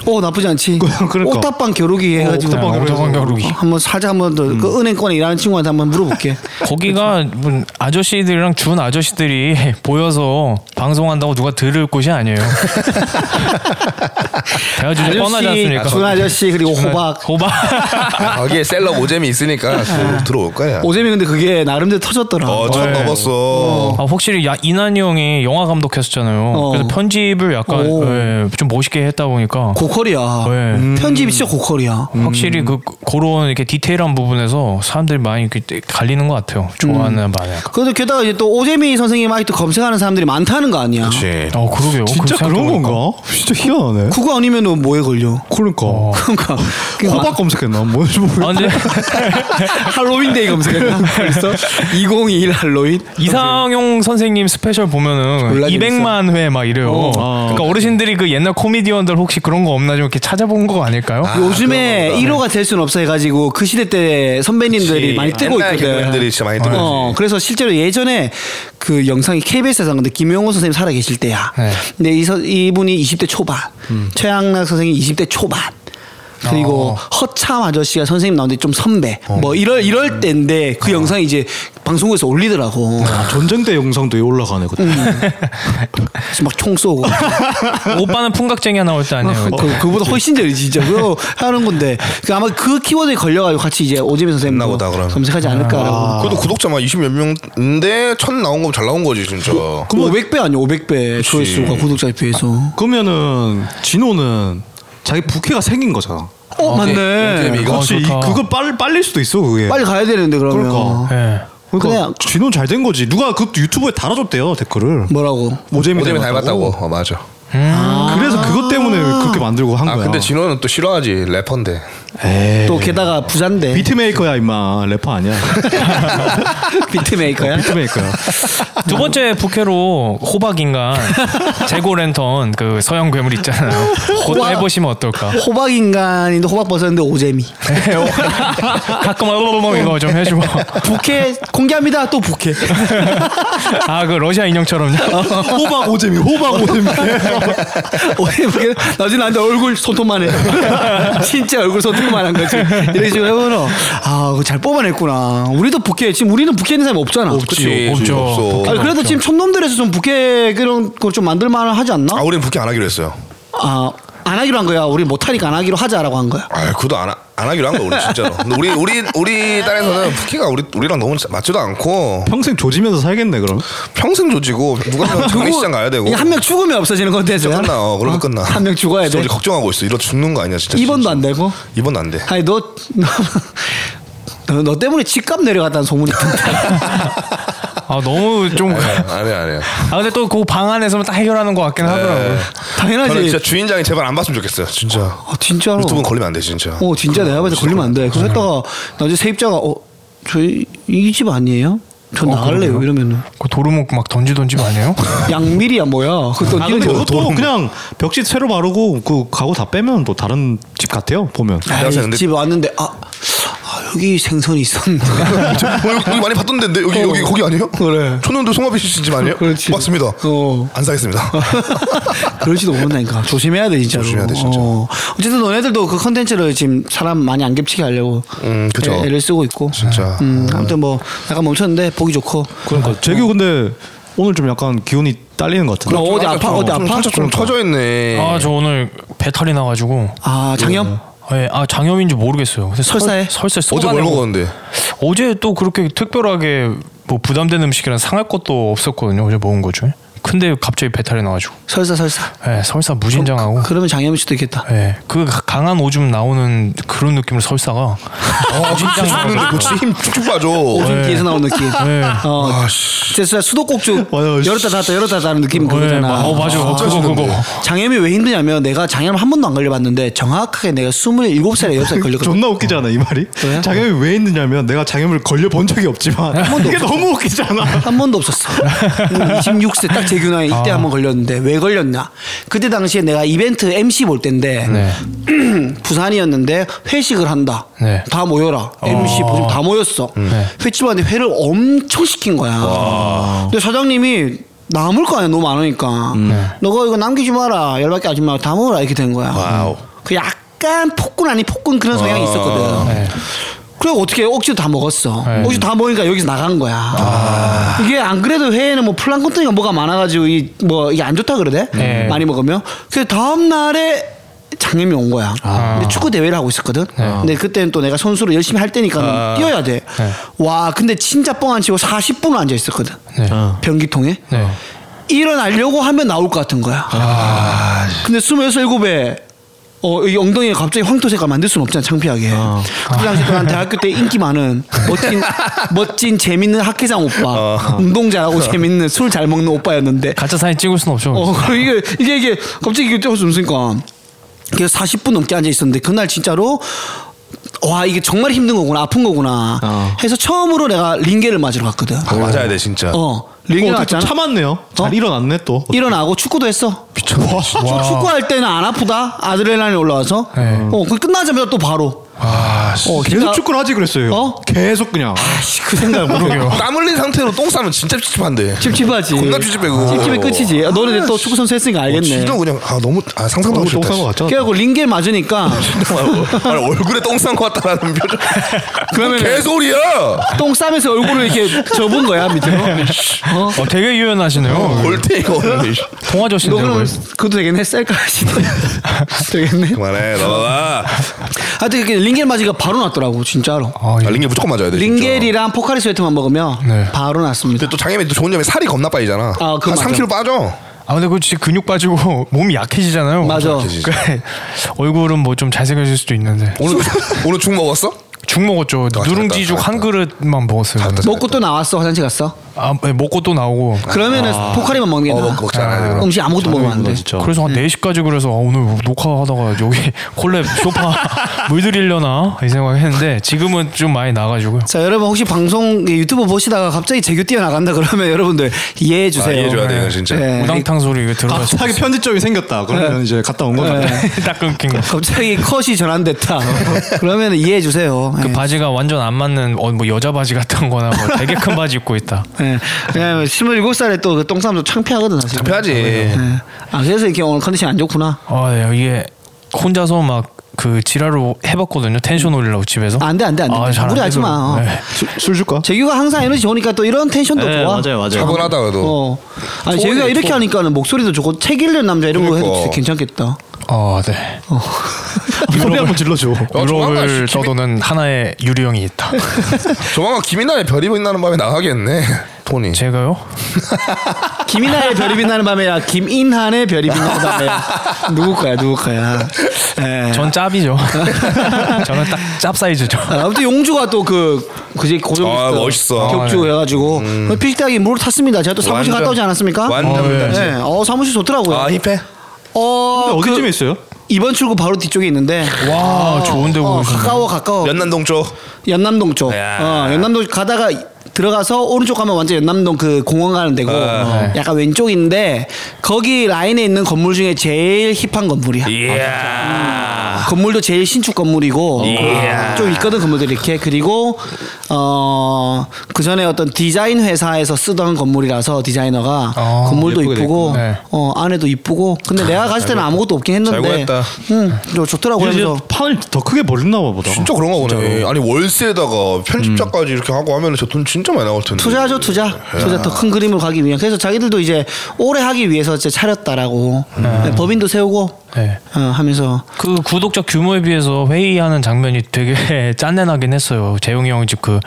[SPEAKER 1] 어 나쁘지 않지
[SPEAKER 3] 그러니까.
[SPEAKER 1] 옥탑방 겨루기 해가지고 어,
[SPEAKER 3] 옥탑방 겨루기. 옥탑방 겨루기.
[SPEAKER 1] 한번 사자 한번 더 그 은행권에 일하는 친구한테 한번 물어볼게
[SPEAKER 4] 거기가 뭐 아저씨들이랑 준 아저씨들이 보여서 방송한다고 누가 들을 곳이 아니에요. 대화 주제 아, 뻔하지 않습니까?
[SPEAKER 1] 준 아저씨 그리고
[SPEAKER 4] 준 아-
[SPEAKER 1] 호박
[SPEAKER 4] 호박.
[SPEAKER 2] 거기에 셀럽 오잼이 있으니까 또 들어올 거야.
[SPEAKER 1] 오재미 근데 그게 나름대로 터졌더라
[SPEAKER 2] 어, 첫 넘었어.
[SPEAKER 4] 아, 확실히 야, 이난이 형이 영화 감독했었잖아요.
[SPEAKER 1] 어.
[SPEAKER 4] 그래서 편집을 약간
[SPEAKER 1] 오.
[SPEAKER 4] 예, 좀 멋있게 했다 보니까
[SPEAKER 1] 고퀄이야
[SPEAKER 4] 네.
[SPEAKER 3] 음.
[SPEAKER 1] 편집이 진짜 고퀄이야
[SPEAKER 4] 확실히 그 그런 이렇게 디테일한 부분에서 사람들이 많이 이렇게 갈리는 것 같아요. 좋아하는 반에.
[SPEAKER 1] 그래도 게다가 이제 또 오재미 선생님 아직도 검색하는 사람들이 많다는 거 아니야
[SPEAKER 2] 그렇지.
[SPEAKER 4] 어 그러게요.
[SPEAKER 3] 진짜
[SPEAKER 4] 그렇게
[SPEAKER 3] 그런
[SPEAKER 4] 생각해보니까.
[SPEAKER 3] 건가? 진짜 희한하네.
[SPEAKER 1] 그거 아니면은 뭐에 걸려?
[SPEAKER 3] 그러니까.
[SPEAKER 1] 그러니까
[SPEAKER 3] 호박 검색했나? 뭐 뭔지 모르겠어.
[SPEAKER 4] 아, 근데
[SPEAKER 1] 할로윈데이 검색했나? 벌써 2021 할로윈?
[SPEAKER 4] 아, 이상용 선생님 스페셜 보면은
[SPEAKER 1] 졸라
[SPEAKER 4] 200만 회 막 이래요. 그러니까 어르신들이 그 옛날 코미디언들 혹시 그런 거 없나 좀 이렇게 찾아본 거 아닐까요?
[SPEAKER 1] 요즘에 1호가 될 수는 없어 해가지고 그 시대 때 선배님들이 많이 뜨고
[SPEAKER 2] 옛날 개그맨들이
[SPEAKER 1] 있거든.
[SPEAKER 2] 진짜 많이 뜨고
[SPEAKER 1] 어, 그래서 실제로 예전에 그 영상이 KBS에서 한 건데 김용호 선생님 살아 계실 때야.
[SPEAKER 4] 네.
[SPEAKER 1] 근데 이 선- 이분이 20대 초반,
[SPEAKER 2] 음.
[SPEAKER 1] 최양락 선생이 20대 초반.
[SPEAKER 2] 어.
[SPEAKER 1] 그리고 허참 아저씨가 선생님 나오는데 좀 선배 뭐 이럴
[SPEAKER 2] 음.
[SPEAKER 1] 이럴 때인데
[SPEAKER 2] 어.
[SPEAKER 1] 그 영상이 이제 방송국에서
[SPEAKER 2] 네.
[SPEAKER 1] 올리더라고
[SPEAKER 3] 아, 전쟁 때 영상도 올라가네 그때.
[SPEAKER 1] 막 총 쏘고
[SPEAKER 4] 오빠는 풍각쟁이 하나 올 때 아니에요.
[SPEAKER 1] 그, 그보다 훨씬 잘 진짜 그거 하는 건데 그 아마 그 키워드에 걸려가지고 같이 이제 오재민 선생님
[SPEAKER 2] 했나 보다, 그러면.
[SPEAKER 1] 검색하지 않을까라고
[SPEAKER 2] 그래도 구독자만 20몇 명인데 첫 나온 거 잘 나온 거지 진짜.
[SPEAKER 1] 그뭐 500배 아니야 500배 조회수가 구독자에 비해서
[SPEAKER 3] 그러면은 진호는 자기 부캐가 생긴 거잖아.
[SPEAKER 1] 어
[SPEAKER 2] 오재미.
[SPEAKER 1] 맞네
[SPEAKER 2] 이거
[SPEAKER 3] 혹시 이-
[SPEAKER 4] 좋다.
[SPEAKER 3] 그거 빨 빨릴 수도 있어 그게.
[SPEAKER 1] 빨리 가야 되는데 그러면
[SPEAKER 3] 그러니까.
[SPEAKER 4] 예.
[SPEAKER 3] 그러니까
[SPEAKER 1] 그냥-
[SPEAKER 3] 진호 잘 된 거지. 누가 그 유튜브에 달아줬대요 댓글을.
[SPEAKER 1] 뭐라고
[SPEAKER 3] 오재미
[SPEAKER 2] 오잼이 닮았다고.
[SPEAKER 3] 닮았다고.
[SPEAKER 2] 어 맞아.
[SPEAKER 3] 그래서 그것 때문에 그렇게 만들고 한
[SPEAKER 2] 아
[SPEAKER 3] 거야.
[SPEAKER 2] 근데 진호는 또 싫어하지 래퍼인데.
[SPEAKER 3] 에이.
[SPEAKER 1] 또 게다가 부잔데
[SPEAKER 3] 비트메이커야 임마 래퍼 아니야
[SPEAKER 1] 비트메이커야.
[SPEAKER 3] 비트메이커야
[SPEAKER 4] 두 번째 부캐로 호박 인간 재고 랜턴 그 서양 괴물 있잖아요. 그거
[SPEAKER 1] 호박.
[SPEAKER 4] 해보시면 어떨까?
[SPEAKER 1] 호박 인간인데 호박 벗었는데 오재미.
[SPEAKER 4] 가끔 얼렁얼렁 이거 좀 해주고.
[SPEAKER 1] 부캐 공개합니다. 또 부캐.
[SPEAKER 4] 아 그 러시아 인형처럼요.
[SPEAKER 3] 호박 오재미 호박 오재미
[SPEAKER 1] 오늘 부캐 나중에 나한테 얼굴 손톱만 해. 진짜 얼굴 손톱만 한 거지. 이런 식으로 해보면 아, 그거 잘 뽑아냈구나. 우리도 부캐 지금 우리는 부캐 있는 사람이 없잖아.
[SPEAKER 2] 없지
[SPEAKER 4] 없죠.
[SPEAKER 2] 없어.
[SPEAKER 1] 아니, 그래도 지금 촌놈들에서 좀 부캐 그런 걸 좀 만들만 하지 않나?
[SPEAKER 2] 아 우리는 부캐 안 하기로 했어요.
[SPEAKER 1] 아, 안 하기로 한 거야. 우리 못하니까 안 하기로 하자라고 한 거야.
[SPEAKER 2] 아 그도 안, 하, 안 하기로 한 거 우리 진짜로. 근데 우리 우리 우리 딸에서는 부캐가 우리 우리랑 너무 맞지도 않고
[SPEAKER 3] 평생 조지면서 살겠네 그럼
[SPEAKER 2] 평생 조지고 누가 면 장례식장 가야 되고.
[SPEAKER 1] 아, 한 명 죽으면 없어지는 건데, 저.
[SPEAKER 2] 끝나. 어, 그러면 끝나.
[SPEAKER 1] 한 명 죽어야 돼.
[SPEAKER 2] 진짜 우리 걱정하고 있어. 이러 죽는 거 아니야 진짜.
[SPEAKER 1] 입원도 안 되고.
[SPEAKER 2] 이번 안 돼.
[SPEAKER 1] 아니 너, 너, 너 때문에 집값 내려갔다는 소문이 있던데.
[SPEAKER 4] 아 너무 좀.
[SPEAKER 2] 안해 안해.
[SPEAKER 4] 아 근데 또 그 방 안에서만 딱 해결하는 것 같긴 하더라고.
[SPEAKER 2] 저는
[SPEAKER 1] 당연하지.
[SPEAKER 2] 진짜 주인장이 제발 안 봤으면 좋겠어요. 진짜.
[SPEAKER 1] 아, 진짜로.
[SPEAKER 2] 유튜브 걸리면 안 돼 진짜.
[SPEAKER 1] 어 진짜 내가 봤을 때 걸리면 안 돼. 그래서 했다가 나중에 세입자가 어 저희 이 집 아니에요? 전
[SPEAKER 4] 어,
[SPEAKER 1] 나갈래요
[SPEAKER 4] 그러게요.
[SPEAKER 1] 이러면은
[SPEAKER 4] 그 도루묵 막 던지던 집 아니에요?
[SPEAKER 1] 양미리야 뭐야? 그것도
[SPEAKER 3] 아
[SPEAKER 1] 뛰는
[SPEAKER 3] 근데
[SPEAKER 1] 거.
[SPEAKER 3] 그것도 그냥 벽지 새로 바르고 그 가구 다 빼면 또 다른 집 같아요 보면
[SPEAKER 1] 아이,
[SPEAKER 2] 내가 생각했는데-
[SPEAKER 1] 집 왔는데 아, 아, 여기 생선이 있었는데
[SPEAKER 2] 어, 여기 많이 봤던데 근데 여기 여기 거기 아니에요?
[SPEAKER 1] 그래.
[SPEAKER 2] 초년도 송화비 씨집 아니에요?
[SPEAKER 1] 어. 그렇지.
[SPEAKER 2] 예, 맞습니다.
[SPEAKER 1] 어.
[SPEAKER 2] 안 사겠습니다.
[SPEAKER 1] 그럴지도 모른다니까 조심해야 돼 진짜로.
[SPEAKER 2] 조심해야 돼, 진짜.
[SPEAKER 1] 어. 어쨌든 너네들도 그 컨텐츠를 지금 사람 많이 안 겹치게 하려고
[SPEAKER 2] 음, 그죠.
[SPEAKER 1] 애- 애를 쓰고 있고.
[SPEAKER 2] 진짜.
[SPEAKER 1] 음, 아무튼 뭐 약간 멈췄는데 보기 좋고.
[SPEAKER 3] 그러니까 재규 근데 오늘 좀 약간 기운이 딸리는 것 같은데
[SPEAKER 1] 그럼 어디 아파? 어디
[SPEAKER 2] 좀
[SPEAKER 1] 아파?
[SPEAKER 2] 살짝 좀 터져 있네.
[SPEAKER 4] 아 저 오늘 배탈이 나가지고.
[SPEAKER 1] 아 장염?
[SPEAKER 2] 네.
[SPEAKER 4] 예, 아 장염인지 모르겠어요. 근데 설-
[SPEAKER 1] 설사해?
[SPEAKER 4] 설사에
[SPEAKER 2] 어제 뭘
[SPEAKER 4] 쏟아내고-
[SPEAKER 2] 먹었는데?
[SPEAKER 4] 어제 또 그렇게 특별하게 뭐 부담되는 음식이랑 상할 것도 없었거든요. 어제 먹은 것 중에. 근데 갑자기 배탈이 나가지고.
[SPEAKER 1] 설사 설사.
[SPEAKER 4] 예, 설사
[SPEAKER 3] 어.
[SPEAKER 4] 무진장하고.
[SPEAKER 1] 그러면 장염일 수도 있겠다.
[SPEAKER 3] 네.
[SPEAKER 4] 예, 그 가- 강한 오줌 나오는 그런 느낌으로 설사가.
[SPEAKER 2] 죽는데
[SPEAKER 4] 무진장하고.
[SPEAKER 2] 고치 힘 쭉쭉 빠져.
[SPEAKER 1] 오줌 뒤에서 나온 느낌.
[SPEAKER 4] 네.
[SPEAKER 1] 어, 진짜 수도꼭지
[SPEAKER 3] 아, 맞아. 네.
[SPEAKER 1] 열었다 닫았다 열었다 닫는 느낌
[SPEAKER 4] 예,
[SPEAKER 1] 그거잖아.
[SPEAKER 4] 마- 어 맞아,
[SPEAKER 2] 아,
[SPEAKER 4] 그거 그거.
[SPEAKER 2] 짜증난데.
[SPEAKER 1] 장염이 왜 힘드냐면 내가 장염 한 번도 안 걸려봤는데 정확하게 내가 27살에 6살 걸렸거든.
[SPEAKER 3] 그 존나 웃기잖아
[SPEAKER 1] 어.
[SPEAKER 3] 이 말이
[SPEAKER 1] 왜요?
[SPEAKER 3] 장염이 왜 있느냐면 내가 장염을 걸려 본 적이 없지만 이게 너무 웃기잖아
[SPEAKER 1] 한 번도 없었어. 26세 딱 제 규나이
[SPEAKER 4] 아.
[SPEAKER 1] 이때 한 번 걸렸는데 왜 걸렸냐? 그때 당시에 내가 이벤트 MC 볼 때인데
[SPEAKER 4] 네.
[SPEAKER 1] 부산이었는데 회식을 한다.
[SPEAKER 4] 네. 음.
[SPEAKER 1] 다 모여라. MC 보시면 다 모였어. 횟집 안에 회를 엄청 시킨 거야. 근데 사장님이 남을 거 아니야 너무 많으니까.
[SPEAKER 4] 음. 네.
[SPEAKER 1] 너가 이거 남기지 마라. 열받게 하지 마라. 다 먹어라 이렇게 된 거야.
[SPEAKER 2] 와우.
[SPEAKER 1] 그 약간 폭군 아니 폭군 그런 성향이
[SPEAKER 2] 아.
[SPEAKER 1] 있었거든.
[SPEAKER 4] 네.
[SPEAKER 1] 그래 어떻게 억지로 다 먹었어.
[SPEAKER 4] 네. 아.
[SPEAKER 1] 억지로 다 먹으니까 여기서 나간 거야. 이게 안 그래도 회에는 뭐 플랑크톤이가 뭐가 많아가지고 이 뭐 이게 안 좋다 그러대.
[SPEAKER 4] 네.
[SPEAKER 1] 많이 먹으면. 그래서 다음 날에 장염이 온 거야.
[SPEAKER 4] 아.
[SPEAKER 1] 근데 축구 대회를 하고 있었거든. 근데 그때는 또 내가 선수를 열심히 할 때니까 뛰어야 돼.
[SPEAKER 4] 네.
[SPEAKER 1] 와 근데 진짜 뻥 안 치고 40분 앉아 있었거든.
[SPEAKER 4] 네.
[SPEAKER 1] 변기통에.
[SPEAKER 4] 네.
[SPEAKER 1] 일어나려고 하면 나올 것 같은 거야.
[SPEAKER 3] 아.
[SPEAKER 1] 근데 26, 7에 어, 이 엉덩이에 갑자기 황토 색깔 만들 수는 없잖아, 창피하게. 그때 당시
[SPEAKER 3] 아.
[SPEAKER 1] 또난 대학교 때 인기 많은 멋진, 멋진 재밌는 학회장 오빠.
[SPEAKER 3] 어.
[SPEAKER 1] 운동 잘하고 재밌는 술 잘 먹는 오빠였는데.
[SPEAKER 4] 가짜 사진 찍을 순 없죠.
[SPEAKER 1] 어, 그리고 이게, 이게, 이게 갑자기 이게 쩔수 없으니까. 그래서 40분 넘게 앉아 있었는데, 그날 진짜로 와, 이게 정말 힘든 거구나, 아픈 거구나.
[SPEAKER 3] 어.
[SPEAKER 1] 해서 처음으로 내가 링게를 맞으러 갔거든.
[SPEAKER 2] 아, 맞아야 돼 진짜.
[SPEAKER 1] 어, 링게
[SPEAKER 3] 어, 어떻게 좀
[SPEAKER 1] 맞잖아.
[SPEAKER 3] 참았네요 잘
[SPEAKER 1] 어?
[SPEAKER 3] 일어났네 또
[SPEAKER 1] 일어나고 축구도 했어.
[SPEAKER 2] 미쳤네.
[SPEAKER 1] 저 축구할 때는 안 아프다. 아드레날린이 올라와서.
[SPEAKER 4] 네.
[SPEAKER 1] 어, 그 끝나자마자 또 바로.
[SPEAKER 2] 아, 씨.
[SPEAKER 1] 어,
[SPEAKER 3] 계속
[SPEAKER 1] 진짜-
[SPEAKER 3] 축구를 하지 그랬어요
[SPEAKER 1] 어?
[SPEAKER 3] 계속 그냥
[SPEAKER 1] 아씨, 그 생각 모르게요.
[SPEAKER 2] 땀 흘린 상태로 똥 싸면 진짜 찝찝한데.
[SPEAKER 1] 찝찝하지.
[SPEAKER 2] 겁나 찝찝해, 그거.
[SPEAKER 1] 찝찝해 끝이지. 아, 너네 또 축구 선수 했으니까
[SPEAKER 2] 어,
[SPEAKER 1] 알겠네.
[SPEAKER 2] 진짜 그냥 아 너무 아 상상도
[SPEAKER 3] 너무
[SPEAKER 2] 못했다.
[SPEAKER 3] 똑똑한 것 같잖아
[SPEAKER 1] 그래갖고 링겔 맞으니까
[SPEAKER 2] 아니, 얼굴에 똥 싼 것 같다라는 표정. 그러면 개소리야.
[SPEAKER 1] 똥 싸면서 얼굴을 이렇게 접은 거야 밑으로.
[SPEAKER 2] 네.
[SPEAKER 1] 어?
[SPEAKER 4] 어, 되게 유연하시네요.
[SPEAKER 2] 골대이가 없네.
[SPEAKER 1] 너
[SPEAKER 4] 동아저씨인데요.
[SPEAKER 1] 그러면
[SPEAKER 4] 거의.
[SPEAKER 1] 그것도 되겠네. 셀카 시대 되겠네.
[SPEAKER 2] 그만해 아, 넘어가.
[SPEAKER 1] 하여튼 이렇게 링겔 맞으니까 바로 났더라고 진짜로.
[SPEAKER 4] 아,
[SPEAKER 2] 아,
[SPEAKER 4] 예.
[SPEAKER 2] 링겔 무조건 맞아야 돼. 진짜.
[SPEAKER 1] 링겔이랑 포카리 스웨트만 먹으면
[SPEAKER 4] 네.
[SPEAKER 1] 바로 났습니다.
[SPEAKER 2] 근데 또 장애면 또 좋은 점이 살이 겁나 빠지잖아.
[SPEAKER 1] 아, 그건 맞아.
[SPEAKER 2] 한 3kg 빠져.
[SPEAKER 4] 아 근데 그 진짜 근육 빠지고 몸이 약해지잖아요.
[SPEAKER 1] 맞아.
[SPEAKER 4] 그 얼굴은 뭐 좀 잘생겨질 수도 있는데
[SPEAKER 2] 오늘 오늘 죽 먹었어?
[SPEAKER 4] 죽 먹었죠. 누룽지
[SPEAKER 2] 잘했다,
[SPEAKER 4] 죽 한
[SPEAKER 2] 잘했다.
[SPEAKER 4] 그릇만 먹었어요.
[SPEAKER 2] 잘했다.
[SPEAKER 1] 먹고 또 나왔어 화장실 갔어.
[SPEAKER 4] 아, 네, 먹고 또 나오고
[SPEAKER 1] 그러면은 포카리만 먹는 게
[SPEAKER 2] 어,
[SPEAKER 1] 나아.
[SPEAKER 2] 먹- 먹지 않아야 돼, 그럼.
[SPEAKER 1] 음식 아무것도 먹으면 안 돼.
[SPEAKER 3] 진짜.
[SPEAKER 4] 그래서 한 4시까지 그래서 아, 오늘 녹화하다가 여기 콜랩 쇼파 물들이려나 이 생각했는데 지금은 좀 많이 나가지고요.
[SPEAKER 1] 자 여러분 혹시 방송 예, 유튜브 보시다가 갑자기 재규 뛰어나간다 그러면 여러분들 이해해
[SPEAKER 2] 아,
[SPEAKER 1] 주세요.
[SPEAKER 2] 이해줘야 돼 이거 진짜.
[SPEAKER 1] 예.
[SPEAKER 4] 네, 우당탕 소리 이거 들어가서
[SPEAKER 3] 갑자기 편집점이 생겼다. 그러면
[SPEAKER 1] 네.
[SPEAKER 3] 이제 갔다 온 거죠.
[SPEAKER 4] 딱 끊긴 거.
[SPEAKER 1] 갑자기 컷이 전환됐다. 그러면 이해해 주세요.
[SPEAKER 4] 그
[SPEAKER 1] 예.
[SPEAKER 4] 바지가 완전 안 맞는 어, 뭐 여자 바지 같은 거나 뭐 되게 큰 바지 입고 있다.
[SPEAKER 1] 예. 왜냐면 27살에 또 그 똥싸움도 창피하거든 사실.
[SPEAKER 2] 편하지.
[SPEAKER 1] 예. 아 그래서 이렇게 오늘 컨디션 안 좋구나.
[SPEAKER 4] 아 네, 이게 혼자서 막 그 지랄을 해봤거든요. 텐션 올리려고 집에서.
[SPEAKER 1] 안 돼, 안 돼, 안 돼.
[SPEAKER 4] 아, 잘안
[SPEAKER 1] 무리하지 마.
[SPEAKER 4] 되더라고요. 네.
[SPEAKER 3] 술 줄까?
[SPEAKER 1] 재규가 항상 에너지 좋으니까 또 이런 텐션도
[SPEAKER 3] 네,
[SPEAKER 1] 좋아.
[SPEAKER 3] 맞아요, 맞아요.
[SPEAKER 2] 차분하다 그래도.
[SPEAKER 1] 어. 아니 재규가
[SPEAKER 2] 초원이네,
[SPEAKER 1] 이렇게
[SPEAKER 2] 초원.
[SPEAKER 1] 하니까는 목소리도 좋고 책 읽는 남자 이런 거 해도
[SPEAKER 2] 그러니까.
[SPEAKER 1] 진짜 괜찮겠다. 어.
[SPEAKER 4] 아 네.
[SPEAKER 3] 소리 한번 질러줘.
[SPEAKER 1] 그,
[SPEAKER 2] 어, 조만간
[SPEAKER 4] 유럽을
[SPEAKER 2] 시키면-
[SPEAKER 4] 떠도는 하나의 유리 형이 있다.
[SPEAKER 2] 조만간 김이나의 별이 빛나는 밤에 나가겠네. 톤이.
[SPEAKER 4] 제가요?
[SPEAKER 1] 네. 김인하의 별이 빛나는 밤에야 김인한의 별이 빛나는 밤에야 누구 거야 누구 거야 예.
[SPEAKER 4] 전 짭이죠. 저는 딱 짭 사이즈죠.
[SPEAKER 1] 아, 아무튼 용주가 또 그 그제 고정
[SPEAKER 2] 아, 멋있어. 음.
[SPEAKER 1] 격주 해가지고 그 필딱이 물을 탔습니다 제가 또 사무실
[SPEAKER 2] 완전-
[SPEAKER 1] 갔다 오지 않았습니까
[SPEAKER 2] 완전
[SPEAKER 1] 어, 예.
[SPEAKER 2] 밀당이지.
[SPEAKER 1] 예. 어 사무실 좋더라고요
[SPEAKER 2] 아 힙해.
[SPEAKER 1] 어
[SPEAKER 3] 아, 어디쯤에 있어요?
[SPEAKER 1] 이번 출구 바로 뒤쪽에 있는데
[SPEAKER 4] 와 좋은데
[SPEAKER 1] 어,
[SPEAKER 4] 보이시네.
[SPEAKER 1] 가까워 가까워
[SPEAKER 2] 연남동 쪽.
[SPEAKER 1] 연남동 쪽.
[SPEAKER 2] 야.
[SPEAKER 1] 어, 연남동 가다가 들어가서 오른쪽 가면 완전 연남동 그 공원 가는 데고
[SPEAKER 2] 아.
[SPEAKER 1] 약간 왼쪽인데 거기 라인에 있는 건물 중에 제일 힙한 건물이야.
[SPEAKER 2] 아, 이야.
[SPEAKER 1] 건물도 제일 신축 건물이고
[SPEAKER 2] 이야.
[SPEAKER 1] 좀 있거든 건물들이 이렇게 그리고 어그 전에 어떤 디자인 회사에서 쓰던 건물이라서 디자이너가
[SPEAKER 4] 아,
[SPEAKER 1] 건물도
[SPEAKER 3] 예쁘게 돼
[SPEAKER 1] 이쁘고
[SPEAKER 4] 있구나. 네.
[SPEAKER 1] 어 안에도 이쁘고 근데 내가 갔을 때는 아무것도 없긴
[SPEAKER 2] 잘
[SPEAKER 1] 했는데
[SPEAKER 2] 구했다.
[SPEAKER 1] 음 좋더라고요 그래서
[SPEAKER 3] 판을 더 크게 벌렸나 보다.
[SPEAKER 1] 아.
[SPEAKER 2] 진짜 그런가 보네. 아니 월세에다가
[SPEAKER 1] 음.
[SPEAKER 2] 편집자까지 이렇게 하고 하면 저 돈 진짜 많이 나올 텐데.
[SPEAKER 1] 투자죠 투자 투자 더 큰 그림으로 가기 위한 그래서 자기들도 이제 오래 하기 위해서 이제 차렸다라고 네, 법인도 세우고
[SPEAKER 4] 네.
[SPEAKER 1] 어, 하면서
[SPEAKER 4] 그 구독자 규모에 비해서 회의하는 장면이 되게 짠내나긴 했어요. 재용이 형 집 그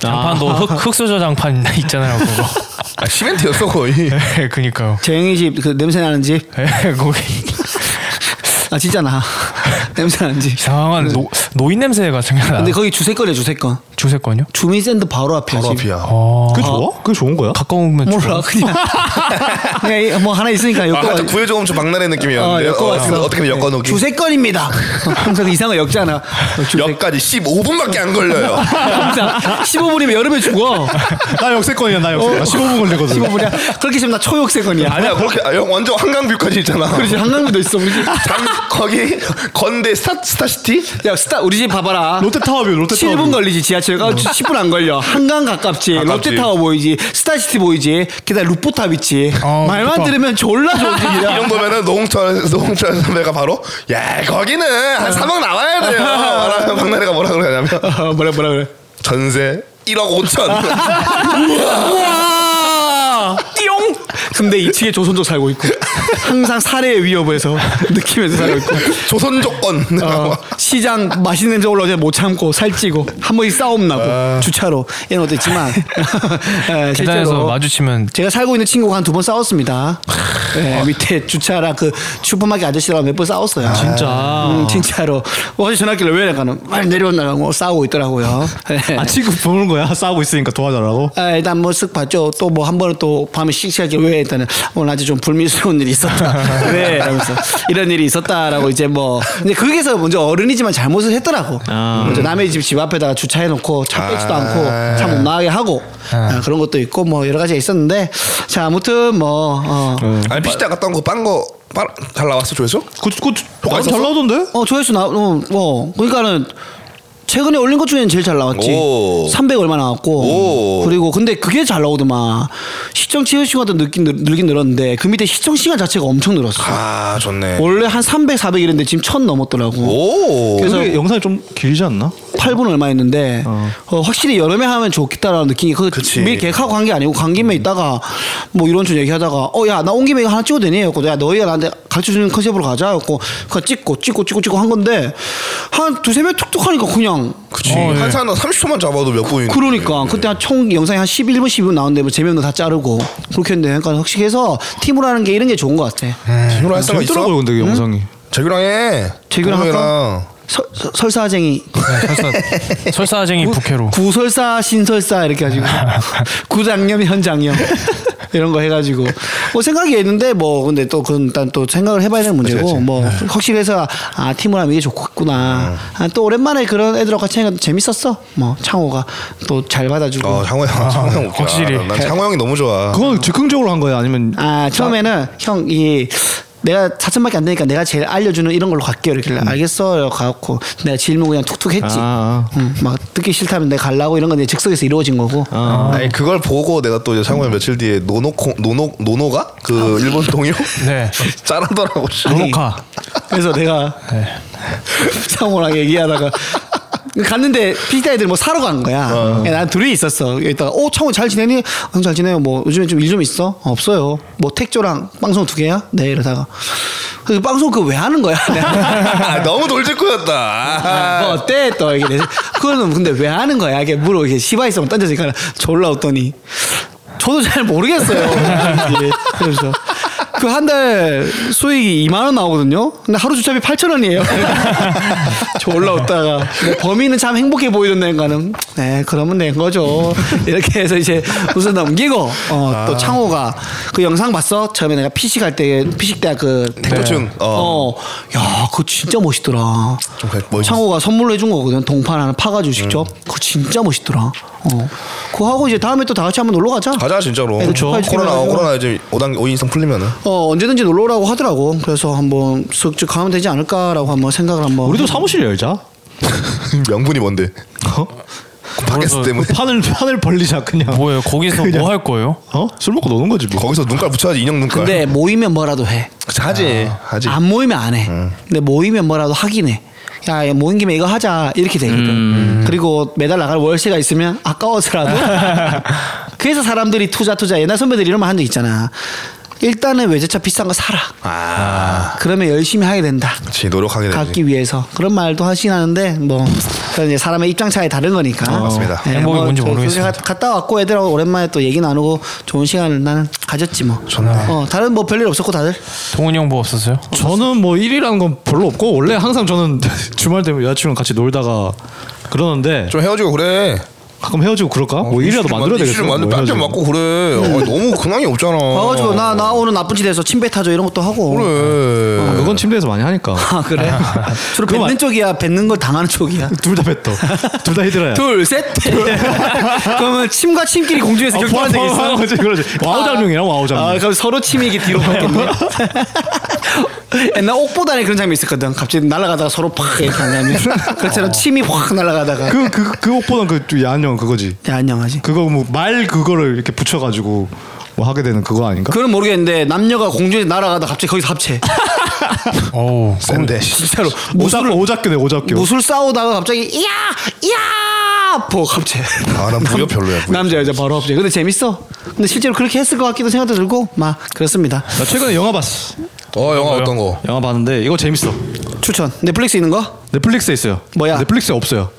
[SPEAKER 4] 장판도
[SPEAKER 1] 아.
[SPEAKER 4] 흑, 흑수저 장판 있잖아요. 그거.
[SPEAKER 2] 아, 시멘트였어 거의. 아,
[SPEAKER 4] 네, 그니까요.
[SPEAKER 1] 재영이 집 그 냄새 나는 집 아
[SPEAKER 4] 네, 거기
[SPEAKER 1] 진짜 나 냄새 나는 집
[SPEAKER 4] 이상한 노, 노인 냄새 같은 게 나.
[SPEAKER 1] 근데 그 거기 주세권이야 주세권
[SPEAKER 4] 주세권요?
[SPEAKER 1] 주민센터 바로 앞이야
[SPEAKER 2] 바로
[SPEAKER 1] 집.
[SPEAKER 2] 앞이야.
[SPEAKER 4] 어.
[SPEAKER 3] 그게 좋아? 그게 좋은 거야?
[SPEAKER 4] 가까우면
[SPEAKER 1] 몰라 그냥 그냥 이- 뭐 하나 있으니까
[SPEAKER 2] 아,
[SPEAKER 1] 엮어
[SPEAKER 2] 하여튼 구해줘 엄청 막나래
[SPEAKER 1] 어,
[SPEAKER 2] 느낌이었는데
[SPEAKER 1] 엮어
[SPEAKER 2] 어,
[SPEAKER 1] 왔어
[SPEAKER 2] 어떻게 엮어 놓기
[SPEAKER 1] 주세권입니다 항상 이상한 엮잖아 어, 주세-
[SPEAKER 2] 역까지 15분밖에 안 걸려요
[SPEAKER 1] 항상 15분이면 여름에 죽어
[SPEAKER 3] 나 역세권이야. 나 역세권.
[SPEAKER 1] 어.
[SPEAKER 3] 15분 걸리거든.
[SPEAKER 1] 15분이야 그렇게 지금 나 초역세권이야
[SPEAKER 2] 아니야 그렇게 아, 형 완전 한강뷰까지 있잖아
[SPEAKER 1] 그렇지 한강구도 있어 우리 집.
[SPEAKER 2] 장 거기 건대 스타 스타시티
[SPEAKER 1] 야 스타 우리 집 봐봐라
[SPEAKER 3] 롯데타워뷰. 뭐. 롯데타워뷰.
[SPEAKER 1] 7분 걸리지 지하철 가 10분 안 걸려 한강 가깝지
[SPEAKER 2] 가깝지.
[SPEAKER 1] 롯데타워 보이지 스타시티 보이지 게다가 루프탑 있지
[SPEAKER 4] 어,
[SPEAKER 1] 말만
[SPEAKER 4] 루프탑.
[SPEAKER 1] 들으면 졸라 좋은
[SPEAKER 2] 이
[SPEAKER 1] 집이야
[SPEAKER 2] 정도면은 노홍철 노홍철 선배가 바로 야 거기는 한 3억 나와야 돼요 말하면 박나래가 뭐라 그러냐면
[SPEAKER 1] 어, 뭐라 뭐라 그래
[SPEAKER 2] 전세 1억 5천
[SPEAKER 1] 우와! 띠용! 근데 2층에 조선족 살고 있고 항상 살해의 위협에서 느끼면서 살고 있고
[SPEAKER 2] 조선 조건
[SPEAKER 1] 어, 시장 맛있는 냄새 올라오자 못 참고 살찌고 한 번씩 싸움 나고 주차로 이런 것도 있지만 예,
[SPEAKER 4] 계단에서
[SPEAKER 1] 실제로
[SPEAKER 4] 마주치면
[SPEAKER 1] 제가 살고 있는 친구가 한 두 번 싸웠습니다. 예, 밑에 주차랑 그 슈퍼마켓 아저씨랑 몇 번 싸웠어요. 진짜. 음, 진짜로. 어제 전화길래 왜 이러니까는 빨리 내려온다고 싸우고 있더라고요. 예.
[SPEAKER 3] 아 친구 보는 거야? 싸우고 있으니까 도와달라고?
[SPEAKER 1] 아, 일단 뭐 쓱 봤죠. 또 뭐 한 번은 또 밤에 씩씩하게 왜 일단은 오늘 아주 좀 불미스러운 일이 있었다. 왜? 이러면서 이런 일이 있었다라고 이제 뭐 근데 거기서 먼저 어른이지만 잘못을 했더라고. 먼저 남의 집 집 앞에다가 주차해놓고 차 빼지도 않고 차 못 나가게 하고 아, 그런 것도 있고 뭐 여러 가지가 있었는데 자 아무튼 뭐 어,
[SPEAKER 2] 아니 피시자 갔다 온 거 빤 거 잘 나왔어 조회수?
[SPEAKER 3] 그그잘 나오던데?
[SPEAKER 1] 어 조회수 나 어, 어 그러니까는 최근에 올린 것 중에는 제일 잘 나왔지.
[SPEAKER 2] 오.
[SPEAKER 1] 300 얼마 나왔고.
[SPEAKER 2] 오.
[SPEAKER 1] 그리고 근데 그게 잘 나오더만. 시청 치유 시간도 늘긴, 늘- 늘긴 늘었는데 그 밑에 시청 시간 자체가 엄청 늘었어.
[SPEAKER 2] 아 좋네
[SPEAKER 1] 원래 한 300, 400 이랬는데 지금 1000 넘었더라고.
[SPEAKER 2] 오
[SPEAKER 1] 그래서-
[SPEAKER 3] 근데 영상이 좀 길지 않나?
[SPEAKER 1] 8분 얼마 했는데 어.
[SPEAKER 3] 어.
[SPEAKER 1] 확실히 여름에 하면 좋겠다라는 느낌이 그
[SPEAKER 2] 그치.
[SPEAKER 1] 미리 계획하고 간 게 아니고 간 김에 있다가 뭐 이런 좀 얘기하다가 어 야 나 온 김에 이거 하나 찍어도 되니? 그래서 야 너희가 나한테 가르쳐주는 컨셉으로 가자 그래서 그냥 찍고 찍고 찍고 찍고 한 건데 한 두세 명 툭툭 하니까 그냥
[SPEAKER 2] 그치 한 사람 30초만 잡아도 몇 분이
[SPEAKER 1] 그러니까 그때 한 총 영상이 한 11분 12분 나오는데 뭐 재미없는 거 다 자르고 그렇게 했는데 그러니까 확실히 해서 팀으로 하는 게 이런 게 좋은 것 같아
[SPEAKER 2] 재규랑 할 사람 예. 있어?
[SPEAKER 3] 재밌더라고요 근데 그 영상이
[SPEAKER 2] 재규랑 해
[SPEAKER 1] 재규랑 할까?
[SPEAKER 2] 동호회랑.
[SPEAKER 1] 설- 설- 설사쟁이
[SPEAKER 4] 설사, 설사쟁이 부캐로.
[SPEAKER 1] 구설사 신설사 이렇게 해가지고 구장염 현장염 이런 거 해가지고 뭐 생각이 있는데 뭐 근데 또 그건 일단 또 생각을 해봐야 되는 문제고
[SPEAKER 2] 그치, 그치.
[SPEAKER 1] 뭐 확실히 해서 아 팀을 하면 이게
[SPEAKER 2] 네.
[SPEAKER 1] 좋겠구나 아, 또 오랜만에 그런 애들하고 같이 하니까 재밌었어 뭐 창호가 또 잘 받아주고
[SPEAKER 2] 어 창호 형, 창호 형 웃겨.
[SPEAKER 4] 확실히.
[SPEAKER 2] 난 창호 형이 너무 좋아.
[SPEAKER 3] 그건 즉흥적으로 한 거예요? 아니면
[SPEAKER 1] 아 처음에는 형 이 내가 4천밖에 안 되니까 내가 제일 알려주는 이런 걸로 갈게요 이렇게
[SPEAKER 2] 음.
[SPEAKER 1] 알겠어요 가갖고 내가 질문 그냥 툭툭 했지
[SPEAKER 3] 아,
[SPEAKER 1] 응, 막 듣기 싫다면 내가 갈라고 이런 건 이제 즉석에서 이루어진 거고
[SPEAKER 2] 아니 그걸 보고 내가 또 이제 창호 형 며칠 뒤에 노노코 노노 노노가 그 일본 동요
[SPEAKER 4] 네.
[SPEAKER 2] 짜라더라고. 씨.
[SPEAKER 4] 노노카.
[SPEAKER 1] 그래서 내가
[SPEAKER 4] 네.
[SPEAKER 1] 상호랑 얘기하다가 갔는데 피자 애들이 뭐 사러 간 거야. 예, 난 둘이 있었어. 여기다가 어 창호 잘 지내니? 형잘 지내요. 뭐 요즘에 좀 일 좀 있어? 어, 없어요. 뭐 택조랑 빵송 두 개야? 네 이러다가 그 빵송 그거 왜 하는 거야? 내가
[SPEAKER 2] 아, 너무 돌직구였다. 아.
[SPEAKER 3] 네,
[SPEAKER 1] 뭐 어때 또 이게 내- 그거는 근데 왜 하는 거야? 이게 물어 이게 시바 있으면 던져지니까 졸라 웃더니 저도 잘 모르겠어요. 예, 그래서 그 한 달 수익이 2만 원 나오거든요. 근데 하루 주차비 8천 원이에요. 졸라 웃다가 근데 범인은 참 행복해 보이던데가는 네 그러면 된 거죠. 이렇게 해서 이제 웃음 넘기고 어, 또 창호가 그 영상 봤어? 처음에 내가 피식 할때 피식 대학 그
[SPEAKER 2] 대충,
[SPEAKER 1] 어.
[SPEAKER 2] 어.
[SPEAKER 1] 야, 그거 진짜 멋있더라.
[SPEAKER 2] 좀 그래, 멋있-
[SPEAKER 1] 창호가 선물로 해준 거거든. 동판 하나 파가지고 직접.
[SPEAKER 2] 음.
[SPEAKER 1] 그거 진짜 멋있더라. 어. 그거 하고 이제 다음에 또 다 같이 한번 놀러 가자. 네,
[SPEAKER 2] 가자 진짜로.
[SPEAKER 3] 네,
[SPEAKER 1] 애들 축하해 주기로
[SPEAKER 2] 코로나
[SPEAKER 1] 해요.
[SPEAKER 2] 코로나 이제 5단 5인 이상 풀리면은.
[SPEAKER 1] 어, 언제든지 놀러 오라고 하더라고. 그래서 한번 쓱쓱 가면 되지 않을까라고 한번 생각을 한번.
[SPEAKER 3] 우리도 사무실 열자.
[SPEAKER 2] 명분이 뭔데?
[SPEAKER 3] 어?
[SPEAKER 2] 팟캐스트 때문에
[SPEAKER 3] 판을 판을 벌리자 그냥.
[SPEAKER 4] 뭐예요? 거기서 뭐 할 거예요?
[SPEAKER 3] 어? 술 먹고 노는 거지 뭐.
[SPEAKER 2] 거기서 눈깔 붙여야지 인형 눈깔.
[SPEAKER 1] 근데 모이면 뭐라도 해. 어.
[SPEAKER 2] 그치, 하지 하지.
[SPEAKER 1] 안 모이면 안 해. 근데 모이면 뭐라도 하긴 해. 야, 야, 모인 김에 이거 하자. 이렇게 되거든. 그리고 매달 나갈 월세가 있으면 아까워서라도. 그래서 사람들이 투자, 투자. 옛날 선배들이 이런 말 한 적 있잖아. 일단은 외제차 비싼 거 사라.
[SPEAKER 2] 아, 네.
[SPEAKER 1] 그러면 열심히 하게 된다.
[SPEAKER 2] 그렇지 노력하게 되지.
[SPEAKER 1] 갖기 위해서 그런 말도 하시긴 하는데 뭐 그건 이제 사람의 입장 차이 다른 거니까
[SPEAKER 2] 맞습니다.
[SPEAKER 1] 예,
[SPEAKER 4] 행복이 뭔지
[SPEAKER 1] 저- 저기
[SPEAKER 4] 모르겠습니다.
[SPEAKER 1] 가- 갔다 왔고 애들하고 오랜만에 또 얘기 나누고 좋은 시간을 나는 가졌지 뭐 좋네 어, 다른 뭐 별일 없었고 다들
[SPEAKER 4] 동훈이 형 뭐 없었어요?
[SPEAKER 3] 저는 뭐 일이라는 건 별로 없고 원래 항상 저는 주말 되면 여자친구랑 같이 놀다가 그러는데
[SPEAKER 2] 좀 헤어지고 그래.
[SPEAKER 3] 가끔 헤어지고 그럴까? 뭐 일이라도 만들어야 되겠어.
[SPEAKER 2] 일을 만들
[SPEAKER 3] 뭐
[SPEAKER 2] 뺨좀
[SPEAKER 3] 헤어지고. 그렇죠.
[SPEAKER 2] 맞고 그래. 아니, 너무 근황이 없잖아.
[SPEAKER 1] 와가지고 나, 나 오늘 나쁜 짓 해서 침뱉 타죠 이런 것도 하고
[SPEAKER 2] 그래.
[SPEAKER 3] 아, 그건 침대에서 많이 하니까.
[SPEAKER 1] 아 그래? 주로
[SPEAKER 3] 그거
[SPEAKER 1] 뱉는
[SPEAKER 3] 말-
[SPEAKER 1] 쪽이야 뱉는 걸 당하는 쪽이야
[SPEAKER 3] 둘 다 뱉어. 둘 다 히드라야.
[SPEAKER 1] 둘셋 그러면 침과 침끼리 공중에서
[SPEAKER 3] 아,
[SPEAKER 1] 격돌한 적
[SPEAKER 3] 포함,
[SPEAKER 1] 있어?
[SPEAKER 3] 포함, 그렇지, 그렇지. 와우 장룡이랑 와우 장룡.
[SPEAKER 1] 아, 그럼 서로 침이 이게 뒤로 갔겠네. 옛날 옥보단에 그런 장면 있었거든. 갑자기 날아가다가 서로 팍 이렇게 하는 장면. 그처럼 침이 확 날아가다가.
[SPEAKER 3] 그 그 그 옷보단 그 야한형 그거지.
[SPEAKER 1] 야, 안녕하지.
[SPEAKER 3] 그거 뭐 말 그거를 이렇게 붙여가지고 뭐 하게 되는 그거 아닌가?
[SPEAKER 1] 그건 모르겠는데 남녀가 공중에 날아가다 갑자기 거기서 합체.
[SPEAKER 4] 오.
[SPEAKER 2] 센데.
[SPEAKER 1] 진짜로
[SPEAKER 3] 오작 오작교네 오작교.
[SPEAKER 1] 무술 싸우다가 갑자기 이야 이야 뭐, 보 합체.
[SPEAKER 2] 아난 무협 별로야. 무협.
[SPEAKER 1] 그 남자 여자 바로 합체. 근데 재밌어. 근데 실제로 그렇게 했을 것 같기도 생각도 들고 막 그렇습니다.
[SPEAKER 3] 나 최근에 영화 봤어.
[SPEAKER 2] 어 영화 어떤 거?
[SPEAKER 3] 영화 봤는데 이거 재밌어.
[SPEAKER 1] 추천. 넷플릭스 있는 거?
[SPEAKER 3] 넷플릭스에 있어요.
[SPEAKER 1] 뭐야?
[SPEAKER 3] 넷플릭스에 없어요.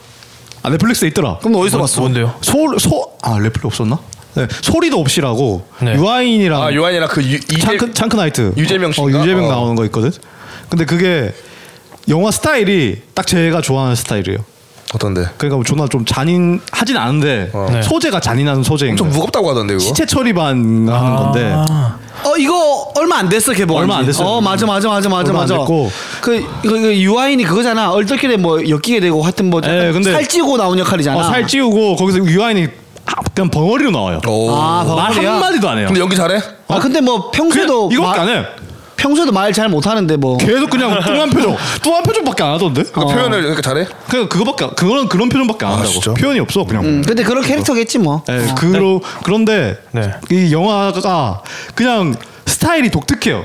[SPEAKER 3] 아 넷플릭스에 있더라.
[SPEAKER 1] 그럼 너 어디서
[SPEAKER 2] 뭐,
[SPEAKER 1] 봤어?
[SPEAKER 4] 뭔데요?
[SPEAKER 3] 소소아 넷플릭 없었나? 네 소리도 없이라고
[SPEAKER 4] 네.
[SPEAKER 3] 유아인이랑
[SPEAKER 2] 아 요한이랑 그 유, 이재
[SPEAKER 3] 창크 창크 나이트
[SPEAKER 2] 유재명
[SPEAKER 3] 어,
[SPEAKER 2] 씨인가?
[SPEAKER 3] 유재명
[SPEAKER 2] 어.
[SPEAKER 3] 나오는 거 있거든. 근데 그게 영화 스타일이 딱 제가 좋아하는 스타일이에요.
[SPEAKER 2] 어떤데?
[SPEAKER 3] 그러니까 뭐 존나 좀 잔인하진 않은데
[SPEAKER 4] 네.
[SPEAKER 3] 소재가 잔인한 소재인
[SPEAKER 2] 좀
[SPEAKER 3] 거예요.
[SPEAKER 2] 무겁다고 하던데 그거.
[SPEAKER 3] 시체 처리반 하는 건데
[SPEAKER 1] 어 이거 얼마 안 됐어 개봉.
[SPEAKER 3] 얼마 안 됐어요.
[SPEAKER 1] 어 맞아 맞아 맞아 맞아
[SPEAKER 3] 얼마 안
[SPEAKER 1] 맞아.
[SPEAKER 3] 됐고.
[SPEAKER 1] 그 이거, 이거 유아인이 그거잖아. 얼떨결에 뭐 엮이게 되고 하여튼 뭐
[SPEAKER 3] 예, 근데-
[SPEAKER 1] 살찌고 나온 역할이잖아.
[SPEAKER 3] 어, 살 찌우고 거기서 유아인이 하- 그냥 벙어리로 나와요.
[SPEAKER 2] 오.
[SPEAKER 1] 아, 벙-
[SPEAKER 3] 말
[SPEAKER 1] 벙어리야?
[SPEAKER 3] 한 마디도 안 해요.
[SPEAKER 2] 근데 연기 잘해? 그러니까
[SPEAKER 1] 아 근데 뭐 평소에도
[SPEAKER 3] 그냥 이거밖에
[SPEAKER 1] 말-
[SPEAKER 3] 안 해.
[SPEAKER 1] 평소에도 말 잘 못하는데 뭐.
[SPEAKER 3] 계속 그냥 뚱한 표정, 뚱한 표정밖에 안 하던데.
[SPEAKER 2] 그 표현을 이렇게 잘해?
[SPEAKER 3] 그냥 그거밖에 안- 그거는 그런 표정밖에 안
[SPEAKER 2] 아,
[SPEAKER 3] 한다고.
[SPEAKER 2] 진짜?
[SPEAKER 3] 표현이 없어 그냥.
[SPEAKER 1] 음, 근데 그런 캐릭터겠지 뭐.
[SPEAKER 3] 예, 그로 그런데
[SPEAKER 4] 아, 네.
[SPEAKER 3] 이 영화가 그냥 스타일이 독특해요.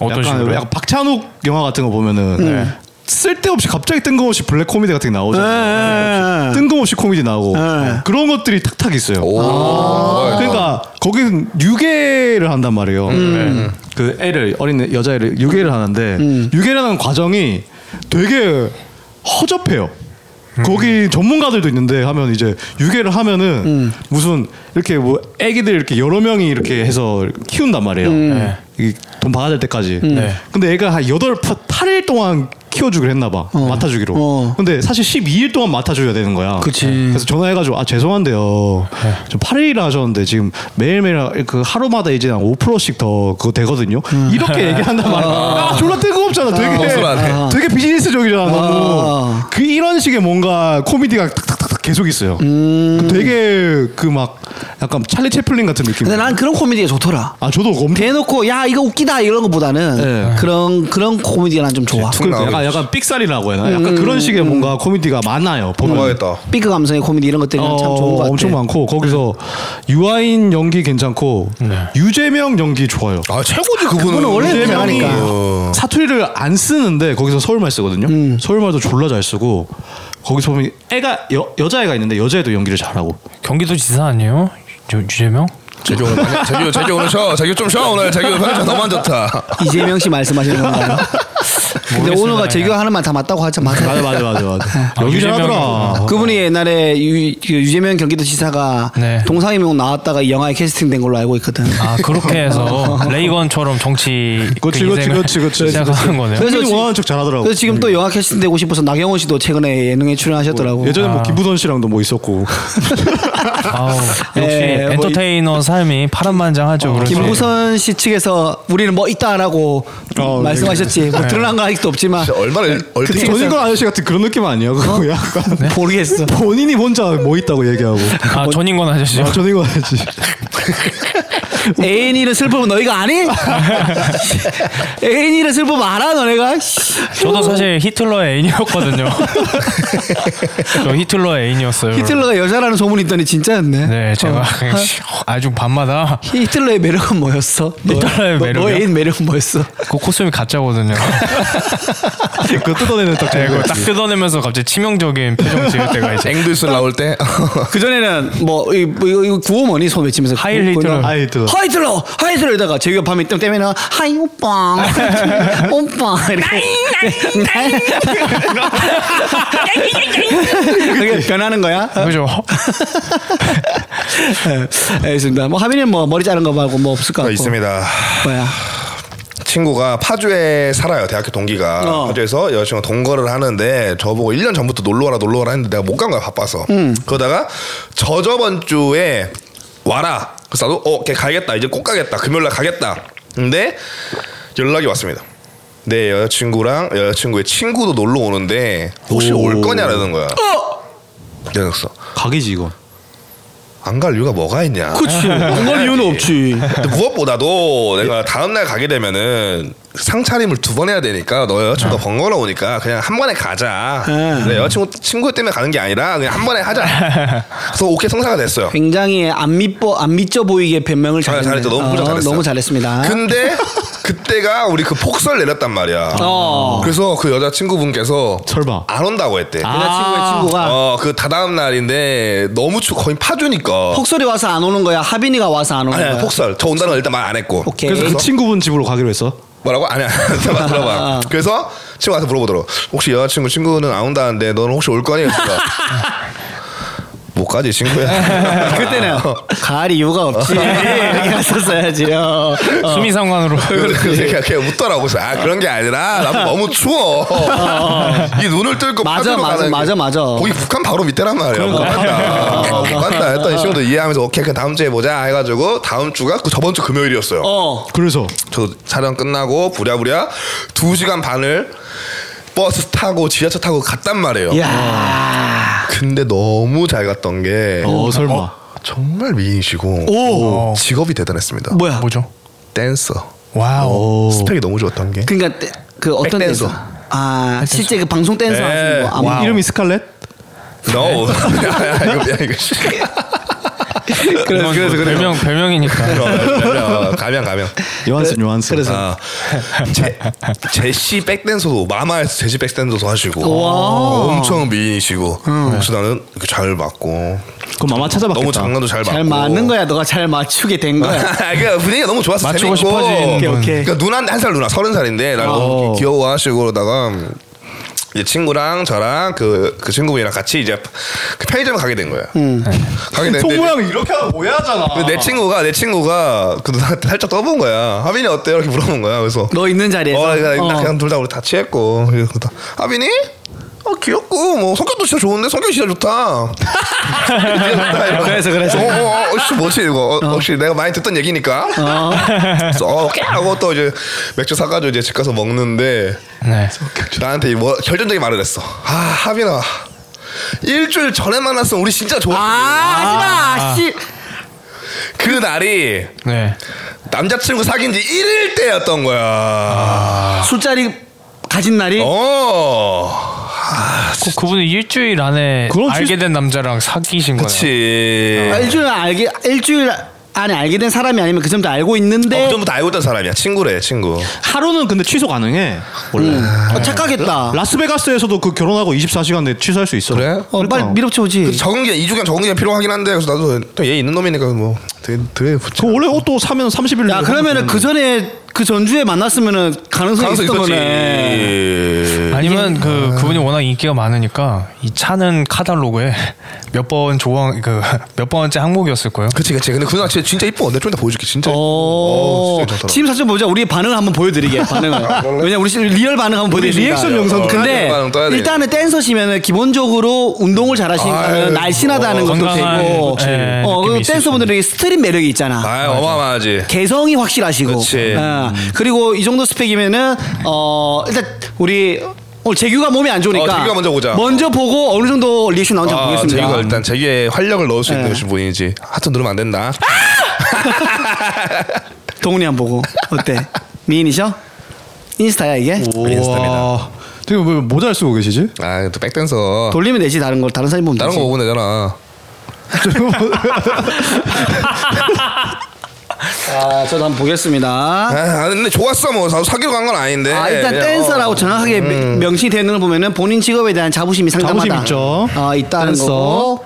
[SPEAKER 4] 어떤 네.
[SPEAKER 3] 약간,
[SPEAKER 4] 식으로?
[SPEAKER 3] 약간 박찬욱 영화 같은 거 보면은 쓸데없이 갑자기 뜬금없이 블랙 코미디 같은 게
[SPEAKER 1] 예, 예,
[SPEAKER 3] 나오잖아요.
[SPEAKER 1] 예.
[SPEAKER 3] 뜬금없이 코미디 나오고
[SPEAKER 1] 예.
[SPEAKER 3] 그런 것들이 탁탁 있어요.
[SPEAKER 2] 오.
[SPEAKER 1] 아.
[SPEAKER 3] 그러니까 거기는 유괴를 한단 말이에요.
[SPEAKER 1] 음.
[SPEAKER 3] 그 애를 어린 여자애를 유괴를 하는데 유괴라는 과정이 되게 허접해요.
[SPEAKER 1] 음.
[SPEAKER 3] 거기 전문가들도 있는데 하면 이제 유괴를 하면은
[SPEAKER 1] 음.
[SPEAKER 3] 무슨 이렇게 뭐 애기들 이렇게 여러 명이 이렇게 해서
[SPEAKER 1] 음.
[SPEAKER 3] 키운단 말이에요.
[SPEAKER 4] 네.
[SPEAKER 3] 이돈 받아야 될 때까지.
[SPEAKER 4] 네.
[SPEAKER 3] 근데 애가 한 여덟 팔- 팔일 동안 키워주기로 했나봐 맡아주기로
[SPEAKER 1] 어.
[SPEAKER 3] 근데 사실 12일 동안 맡아줘야 되는 거야
[SPEAKER 1] 그치.
[SPEAKER 3] 그래서 전화해가지고 아 죄송한데요 저 8일이나 하셨는데 지금 매일매일 그 하루마다 이제 한 5%씩 더 그거 되거든요 이렇게 얘기한단 말이야 아 졸라 뜨거웠잖아 되게
[SPEAKER 2] 억울하네.
[SPEAKER 3] 되게 비즈니스적이잖아 너무
[SPEAKER 1] 아.
[SPEAKER 3] 그 이런 식의 뭔가 코미디가 탁탁탁탁 계속 있어요 그 되게 그 막 약간 찰리 채플린 같은 느낌
[SPEAKER 1] 근데 난 그런 코미디가 좋더라.
[SPEAKER 3] 아 저도 엄청
[SPEAKER 1] 대놓고 야 이거 웃기다 이런 것보다는
[SPEAKER 3] 네.
[SPEAKER 1] 그런 그런 코미디가 난 좀 좋아.
[SPEAKER 2] 툭
[SPEAKER 3] 그러니까 약간
[SPEAKER 2] 나오겠지.
[SPEAKER 3] 약간 삑살이라고 해야 되나? 약간 그런 식의 뭔가 코미디가 많아요. 보면.
[SPEAKER 2] 고마겠다.
[SPEAKER 1] 삐그 감성의 코미디 이런 것들이
[SPEAKER 3] 어,
[SPEAKER 1] 참 좋은 것 네. 같아.
[SPEAKER 3] 엄청 많고 거기서 유아인 연기 괜찮고
[SPEAKER 4] 네.
[SPEAKER 3] 유재명 연기 좋아요.
[SPEAKER 2] 아 최고지 그분은.
[SPEAKER 1] 그분은 원래
[SPEAKER 2] 유재명이.
[SPEAKER 1] 잘하니까.
[SPEAKER 2] 어.
[SPEAKER 3] 사투리를 안 쓰는데 거기서 서울말 쓰거든요.
[SPEAKER 1] 음.
[SPEAKER 3] 서울말도 졸라 잘 쓰고 거기서 보면 애가 여, 여자애가 있는데 여자애도 연기를 잘하고
[SPEAKER 4] 경기도 지사 아니에요? 유- 유재명?
[SPEAKER 2] 재규 오늘 많이- 재규 재규 오늘 쉬어. 재규 좀 쉬어 오늘. 재규 편집 너무 안 좋다.
[SPEAKER 1] 이재명 씨 말씀하시는 건가요? 근데
[SPEAKER 4] 모르겠습니다,
[SPEAKER 1] 오너가
[SPEAKER 4] 그냥.
[SPEAKER 1] 재규 하는 말 다 맞다고 하자 맞아. 아,
[SPEAKER 3] 맞아 맞아 맞아 맞아 연기
[SPEAKER 4] 유재명이 뭐
[SPEAKER 3] 잘하더라.
[SPEAKER 1] 그분이 옛날에 유, 그 유재명 경기도지사가
[SPEAKER 4] 네.
[SPEAKER 1] 동상이명 나왔다가 이 영화에 캐스팅된 걸로 알고 있거든.
[SPEAKER 4] 아 그렇게 해서 레이건처럼 정치
[SPEAKER 3] 그렇지,
[SPEAKER 4] 그
[SPEAKER 3] 그렇지,
[SPEAKER 4] 인생을
[SPEAKER 3] 그렇지, 그렇지.
[SPEAKER 4] 시작하는 거네요.
[SPEAKER 1] 그래서
[SPEAKER 3] 그분이
[SPEAKER 1] 지-
[SPEAKER 3] 원하는 척 잘하더라고.
[SPEAKER 1] 그래서 지금 또 영화 캐스팅 되고 싶어서 나경원 씨도 최근에 예능에 출연하셨더라고.
[SPEAKER 3] 예전에
[SPEAKER 4] 아.
[SPEAKER 3] 뭐 김부선 씨랑도 뭐 있었고
[SPEAKER 4] 아우, 역시
[SPEAKER 1] 예, 뭐 어,
[SPEAKER 4] 엔터테이너 삶이 파란만장하죠. 그렇지.
[SPEAKER 3] 네.
[SPEAKER 1] 김부선 씨 측에서 우리는 뭐 있다 안 하고
[SPEAKER 3] 어,
[SPEAKER 1] 말씀하셨지. 뭐 드러난 거 아직도 없지만
[SPEAKER 2] 진짜 얼마나 일-
[SPEAKER 1] 그렇죠.
[SPEAKER 2] 얼핏
[SPEAKER 3] 전인권 아저씨 같은 그런 느낌 아니야? 그거
[SPEAKER 1] 어?
[SPEAKER 3] 약간
[SPEAKER 1] 네? 모르겠어.
[SPEAKER 3] 본인이 혼자 뭐 있다고 얘기하고
[SPEAKER 1] 네.
[SPEAKER 4] 아
[SPEAKER 1] 뭐-
[SPEAKER 4] 전인권 아저씨.
[SPEAKER 1] 어,
[SPEAKER 3] 아, 저는 이거 알지
[SPEAKER 1] 애인이를 슬픔은 너희가 아니? 애인이를 슬픔 알아 너네가?
[SPEAKER 4] 저도 사실 히틀러의 애인이었거든요. 저 히틀러의 애인이었어요.
[SPEAKER 1] 히틀러가 여자라는 소문이 있더니 진짜였네.
[SPEAKER 4] 네, 제가
[SPEAKER 1] 어.
[SPEAKER 4] 아주 밤마다
[SPEAKER 1] 히틀러의 매력은 뭐였어? 너-
[SPEAKER 4] 히틀러의
[SPEAKER 1] 너-
[SPEAKER 4] 매력이요?
[SPEAKER 1] 너 애인 매력은 뭐였어?
[SPEAKER 4] 그 코스튬이 가짜거든요.
[SPEAKER 3] 그거 뜯어내는 딱
[SPEAKER 4] 네, 그걸
[SPEAKER 3] 저거
[SPEAKER 4] 딱 뜯어내면서 갑자기 치명적인 표정 지을 때가 이제
[SPEAKER 2] 앵두스 나올 때
[SPEAKER 1] 그 전에는 뭐 이 구호머니 손 외치면서
[SPEAKER 4] 하일
[SPEAKER 1] 구-
[SPEAKER 4] 히틀러.
[SPEAKER 1] 구호나-
[SPEAKER 3] 하일 히틀러.
[SPEAKER 1] 하이틀러 하이틀러에다가 제가 밤에 뜸 때문에 하이 오빠 오빠 이렇게 그게 변하는 거야.
[SPEAKER 4] 그죠?
[SPEAKER 1] 예, 알겠습니다. 뭐 하빈이는 뭐 머리 자른 거 말고 뭐 없을 것 같고.
[SPEAKER 2] 아, 있습니다.
[SPEAKER 1] 뭐야?
[SPEAKER 2] 친구가 파주에 살아요. 대학교 동기가
[SPEAKER 1] 어.
[SPEAKER 2] 파주에서 여자친구 동거를 하는데 저보고 1년 전부터 놀러 와라 놀러 와라 했는데 내가 못 간 거야 바빠서.
[SPEAKER 1] 음.
[SPEAKER 2] 그러다가 저 저번 주에 와라. 그래서 나도 어걔 가겠다 이제 꼭 가겠다 금요일 날 가겠다. 근데 연락이 왔습니다. 내 여자친구랑 여자친구의 친구도 놀러 오는데 혹시 올 거냐라는 거야.
[SPEAKER 1] 어!
[SPEAKER 2] 연락서
[SPEAKER 3] 각이지 이거
[SPEAKER 2] 안 갈 이유가 뭐가 있냐.
[SPEAKER 1] 그치. 뭔가 이유는 없지.
[SPEAKER 2] 근데 무엇보다도 내가 다음 날 가게 되면은 상차림을 두 번 해야 되니까 너 여자친구 가 번거로우니까 그냥 한 번에 가자.
[SPEAKER 1] 아. 응.
[SPEAKER 2] 내 여자친구 친구 때문에 가는 게 아니라 그냥 한 번에 하자. 그래서 오케이 성사가 됐어요.
[SPEAKER 1] 굉장히 안 믿보 안 믿져 보이게 변명을
[SPEAKER 2] 잘
[SPEAKER 1] 잘했네.
[SPEAKER 2] 잘했죠. 너무
[SPEAKER 1] 어,
[SPEAKER 2] 포장 잘했어요. 그
[SPEAKER 1] 너무 잘했습니다.
[SPEAKER 2] 근데 그때가 우리 그 폭설 내렸단 말이야.
[SPEAKER 1] 어.
[SPEAKER 2] 그래서 그 여자 친구분께서
[SPEAKER 3] 설마.
[SPEAKER 2] 안 온다고 했대.
[SPEAKER 1] 여자친구의 친구가
[SPEAKER 2] 어 그 다다음 날인데 너무 추 거의 파주니까.
[SPEAKER 1] 폭설이 와서 안 오는 거야. 하빈이가 와서 안 오는
[SPEAKER 2] 아니,
[SPEAKER 1] 거야.
[SPEAKER 2] 아니 폭설. 저 온다는 걸 일단 말 안 했고.
[SPEAKER 1] 오케이.
[SPEAKER 3] 그래서 그 친구분 집으로 가기로 했어
[SPEAKER 2] 뭐라고? 아니야. 들어봐,
[SPEAKER 1] 아.
[SPEAKER 2] 들어봐. 그래서 친구한테 물어보더라고. 혹시 여자친구 친구는 안 온다는데 너는 혹시 올 거니? 그래서 못 가지 친구야.
[SPEAKER 1] 네, 그때는
[SPEAKER 2] 어.
[SPEAKER 1] 가을 이유가 없지. 이렇게 했었어야지. 어. 어.
[SPEAKER 4] 수미상관으로.
[SPEAKER 2] 그래서 그냥, 그냥 웃더라고. 그래서 아 그런 게 아니라 나도 너무 추워. 이 눈을 뚫고
[SPEAKER 1] 어, 맞아,
[SPEAKER 2] 파주로
[SPEAKER 1] 맞아,
[SPEAKER 2] 가는 게-
[SPEAKER 1] 맞아, 맞아.
[SPEAKER 2] 거기 북한 바로 밑에란 말이야. 못
[SPEAKER 4] 그러니까.
[SPEAKER 2] 간다. 못 간다. 했더니 친구도 이해하면서 오케이 그 다음 주에 보자 해가지고 다음 주가 그 저번 주 금요일이었어요.
[SPEAKER 1] 어.
[SPEAKER 3] 그래서
[SPEAKER 2] 저 촬영 끝나고 부랴부랴 두 시간 반을 버스 타고 지하철 타고 갔단 말이에요.
[SPEAKER 1] 야.
[SPEAKER 2] 근데 너무 잘 갔던 게
[SPEAKER 3] 어 설마
[SPEAKER 2] 정말 미인이시고
[SPEAKER 1] 오.
[SPEAKER 2] 직업이 대단했습니다.
[SPEAKER 1] 뭐야?
[SPEAKER 4] 뭐죠?
[SPEAKER 2] 댄서.
[SPEAKER 4] 와우.
[SPEAKER 3] 오
[SPEAKER 2] 스펙이 너무 좋았던 게.
[SPEAKER 1] 그러니까 떼- 그 어떤
[SPEAKER 2] 백댄서.
[SPEAKER 1] 댄서? 아 실제 그 방송 댄서
[SPEAKER 2] 네.
[SPEAKER 1] 하시는 거. 아마
[SPEAKER 3] 이름이 스칼렛
[SPEAKER 4] 그,
[SPEAKER 2] No.
[SPEAKER 4] 네.
[SPEAKER 2] 야, 야, 이거 야 이거. 씨.
[SPEAKER 4] 그래서
[SPEAKER 2] 그래서 그래요.
[SPEAKER 4] 별명 별명이니까.
[SPEAKER 2] 어, 가면 가면.
[SPEAKER 3] 요한슨 요한슨 그래서
[SPEAKER 2] 아, 제, 제시 백댄서도 마마에서 제시 백댄서도 하시고
[SPEAKER 1] 와.
[SPEAKER 2] 엄청 미인이시고
[SPEAKER 1] 음.
[SPEAKER 2] 그래서 나는 이렇게 잘 맞고
[SPEAKER 3] 그럼 아마 찾아봤겠다
[SPEAKER 2] 너무 장난도 잘 맞고
[SPEAKER 1] 잘 맞는 거야. 너가 잘 맞추게 된 거야.
[SPEAKER 2] 그러니까 분위기가 너무 좋았어. 재밌고.
[SPEAKER 4] 맞추고 싶어진
[SPEAKER 1] 오케이, 오케이.
[SPEAKER 2] 그러니까 누나 한살 누나 서른 살인데 날
[SPEAKER 3] 어.
[SPEAKER 2] 너무 귀여워하시고 그러다가 이제 친구랑 저랑 그 그 친구분이랑 같이 이제 그 편의점 가게 된 거예요.
[SPEAKER 1] 음.
[SPEAKER 2] 가게 됐는데
[SPEAKER 3] 송모양 이렇게 하면 오해하잖아.
[SPEAKER 2] 네, 근데 내 친구가 내 친구가 그 누나한테 살짝 떠본 거야. 하빈이 어때요? 이렇게 물어본 거야. 그래서
[SPEAKER 1] 너 있는 자리에서.
[SPEAKER 2] 어, 그냥,
[SPEAKER 1] 어.
[SPEAKER 2] 그냥 둘 다 우리 다 취했고 그래서 다, 하빈이 어 귀엽고 뭐 성격도 진짜 좋은데 성격 진짜 좋다. 귀엽다, 이러고.
[SPEAKER 1] 그래서, 그래서.
[SPEAKER 2] 어, 어, 어, 씨, 뭐지 이거 어, 혹시 내가 많이 듣던 얘기니까.
[SPEAKER 1] 어.
[SPEAKER 2] 그래서 어, 오케이 하고 또 이제 맥주 사가지고 이제 집 가서 먹는데
[SPEAKER 4] 네.
[SPEAKER 2] 나한테 뭐 결정적인 말을 했어. 아 하빈아 일주일 전에 만났으면 우리 진짜 좋았어.
[SPEAKER 1] 아, 하지마, 씨.
[SPEAKER 2] 그 날이
[SPEAKER 4] 네.
[SPEAKER 2] 남자친구 사귄 지 1일 때였던 거야. 아.
[SPEAKER 1] 술자리 가진 날이
[SPEAKER 2] 어.
[SPEAKER 4] 그, 그분은 일주일 안에
[SPEAKER 3] 그럼
[SPEAKER 4] 알게
[SPEAKER 3] 취-
[SPEAKER 4] 된 남자랑 사귀신 거예요.
[SPEAKER 2] 그치.
[SPEAKER 1] 아, 일주일 알게 일주일 안에 알게 된 사람이 아니면 그 점도 알고 있는데
[SPEAKER 2] 어, 그전부터 알고 있던 사람이야. 친구래, 친구.
[SPEAKER 3] 하루는 근데 취소 가능해. 원래.
[SPEAKER 2] 음.
[SPEAKER 3] 아.
[SPEAKER 1] 어, 착각했다.
[SPEAKER 3] 라스베가스에서도 그 결혼하고 24시간 내 취소할 수 있어.
[SPEAKER 2] 그래?
[SPEAKER 1] 어, 빨리
[SPEAKER 3] 그러니까.
[SPEAKER 1] 밀어붙여오지.
[SPEAKER 2] 적은 게, 2주간 적은 게 필요하긴 한데, 그래서 나도 또 얘 있는 놈이니까 뭐, 되게, 되게 붙여.
[SPEAKER 3] 그 원래 옷도 사면 30일.
[SPEAKER 1] 야 그러면은 그 전에 그 전주에 만났으면은 가능성이
[SPEAKER 2] 가능성
[SPEAKER 1] 그 있었던
[SPEAKER 2] 있었지.
[SPEAKER 1] 거네.
[SPEAKER 4] 아니면 그 그분이 워낙 인기가 많으니까 이 차는 카탈로그에 몇 번 조항 그 몇 번째 항목이었을 거예요.
[SPEAKER 2] 그치, 그치. 근데 그 누나 진짜, 진짜 이뻐. 내가 좀 이따 보여줄게, 진짜.
[SPEAKER 1] 오,
[SPEAKER 2] 어, 진짜 아, 좋더라.
[SPEAKER 1] 어. 지금 사실 보자. 우리의 반응을 한번 보여드리게. 반응을. 왜냐 우리 지금 리얼 반응 한번 보여드리겠습니다.
[SPEAKER 3] 리액션 영상도
[SPEAKER 2] 리얼 반응 떠야
[SPEAKER 1] 근데
[SPEAKER 2] 되니까.
[SPEAKER 1] 일단은 댄서시면은 기본적으로 운동을 잘하시니까
[SPEAKER 2] 아유,
[SPEAKER 1] 날씬하다는
[SPEAKER 2] 어,
[SPEAKER 1] 것도
[SPEAKER 4] 건강한,
[SPEAKER 1] 되고,
[SPEAKER 4] 그치.
[SPEAKER 1] 어,
[SPEAKER 4] 느낌이
[SPEAKER 1] 그
[SPEAKER 4] 있을
[SPEAKER 1] 댄서분들이 스트릿 매력이 있잖아.
[SPEAKER 2] 아, 어마어마하지.
[SPEAKER 1] 개성이 확실하시고
[SPEAKER 2] 그치. 음.
[SPEAKER 1] 아, 그리고 이 정도 스펙이면은 어 일단 우리 오늘 재규가 몸이 안 좋으니까
[SPEAKER 2] 어, 재규가 먼저 보자.
[SPEAKER 1] 보고 어느 정도 리액션 나온지 한번
[SPEAKER 2] 아,
[SPEAKER 1] 보겠습니다 네.
[SPEAKER 2] 재규가 일단 재규의 활력을 넣을 수 있는 분이지. 하트 누르면 안 된다.
[SPEAKER 1] 동훈이 한 번 보고 어때 미인이셔 인스타야 이게
[SPEAKER 2] 음,
[SPEAKER 3] 인스타입니다. 지금 왜 모자를 뭐, 쓰고 계시지?
[SPEAKER 2] 아, 또 백댄서.
[SPEAKER 1] 돌리면 되지 다른 걸 다른 사진 보면
[SPEAKER 2] 다른
[SPEAKER 1] 되지
[SPEAKER 2] 거 보면 되잖아.
[SPEAKER 1] 아 저도 한번 보겠습니다
[SPEAKER 2] 아, 근데 좋았어 뭐 사- 사귀러 간 건 아닌데. 예.
[SPEAKER 1] 아 일단
[SPEAKER 2] 그냥,
[SPEAKER 1] 댄서라고 정확하게
[SPEAKER 2] 음.
[SPEAKER 1] 명- 명칭이 되는 걸 보면은 본인 직업에 대한 자부심이 상당하다
[SPEAKER 3] 자부심 있죠.
[SPEAKER 1] 아 있다는
[SPEAKER 3] 댄서.
[SPEAKER 1] 거고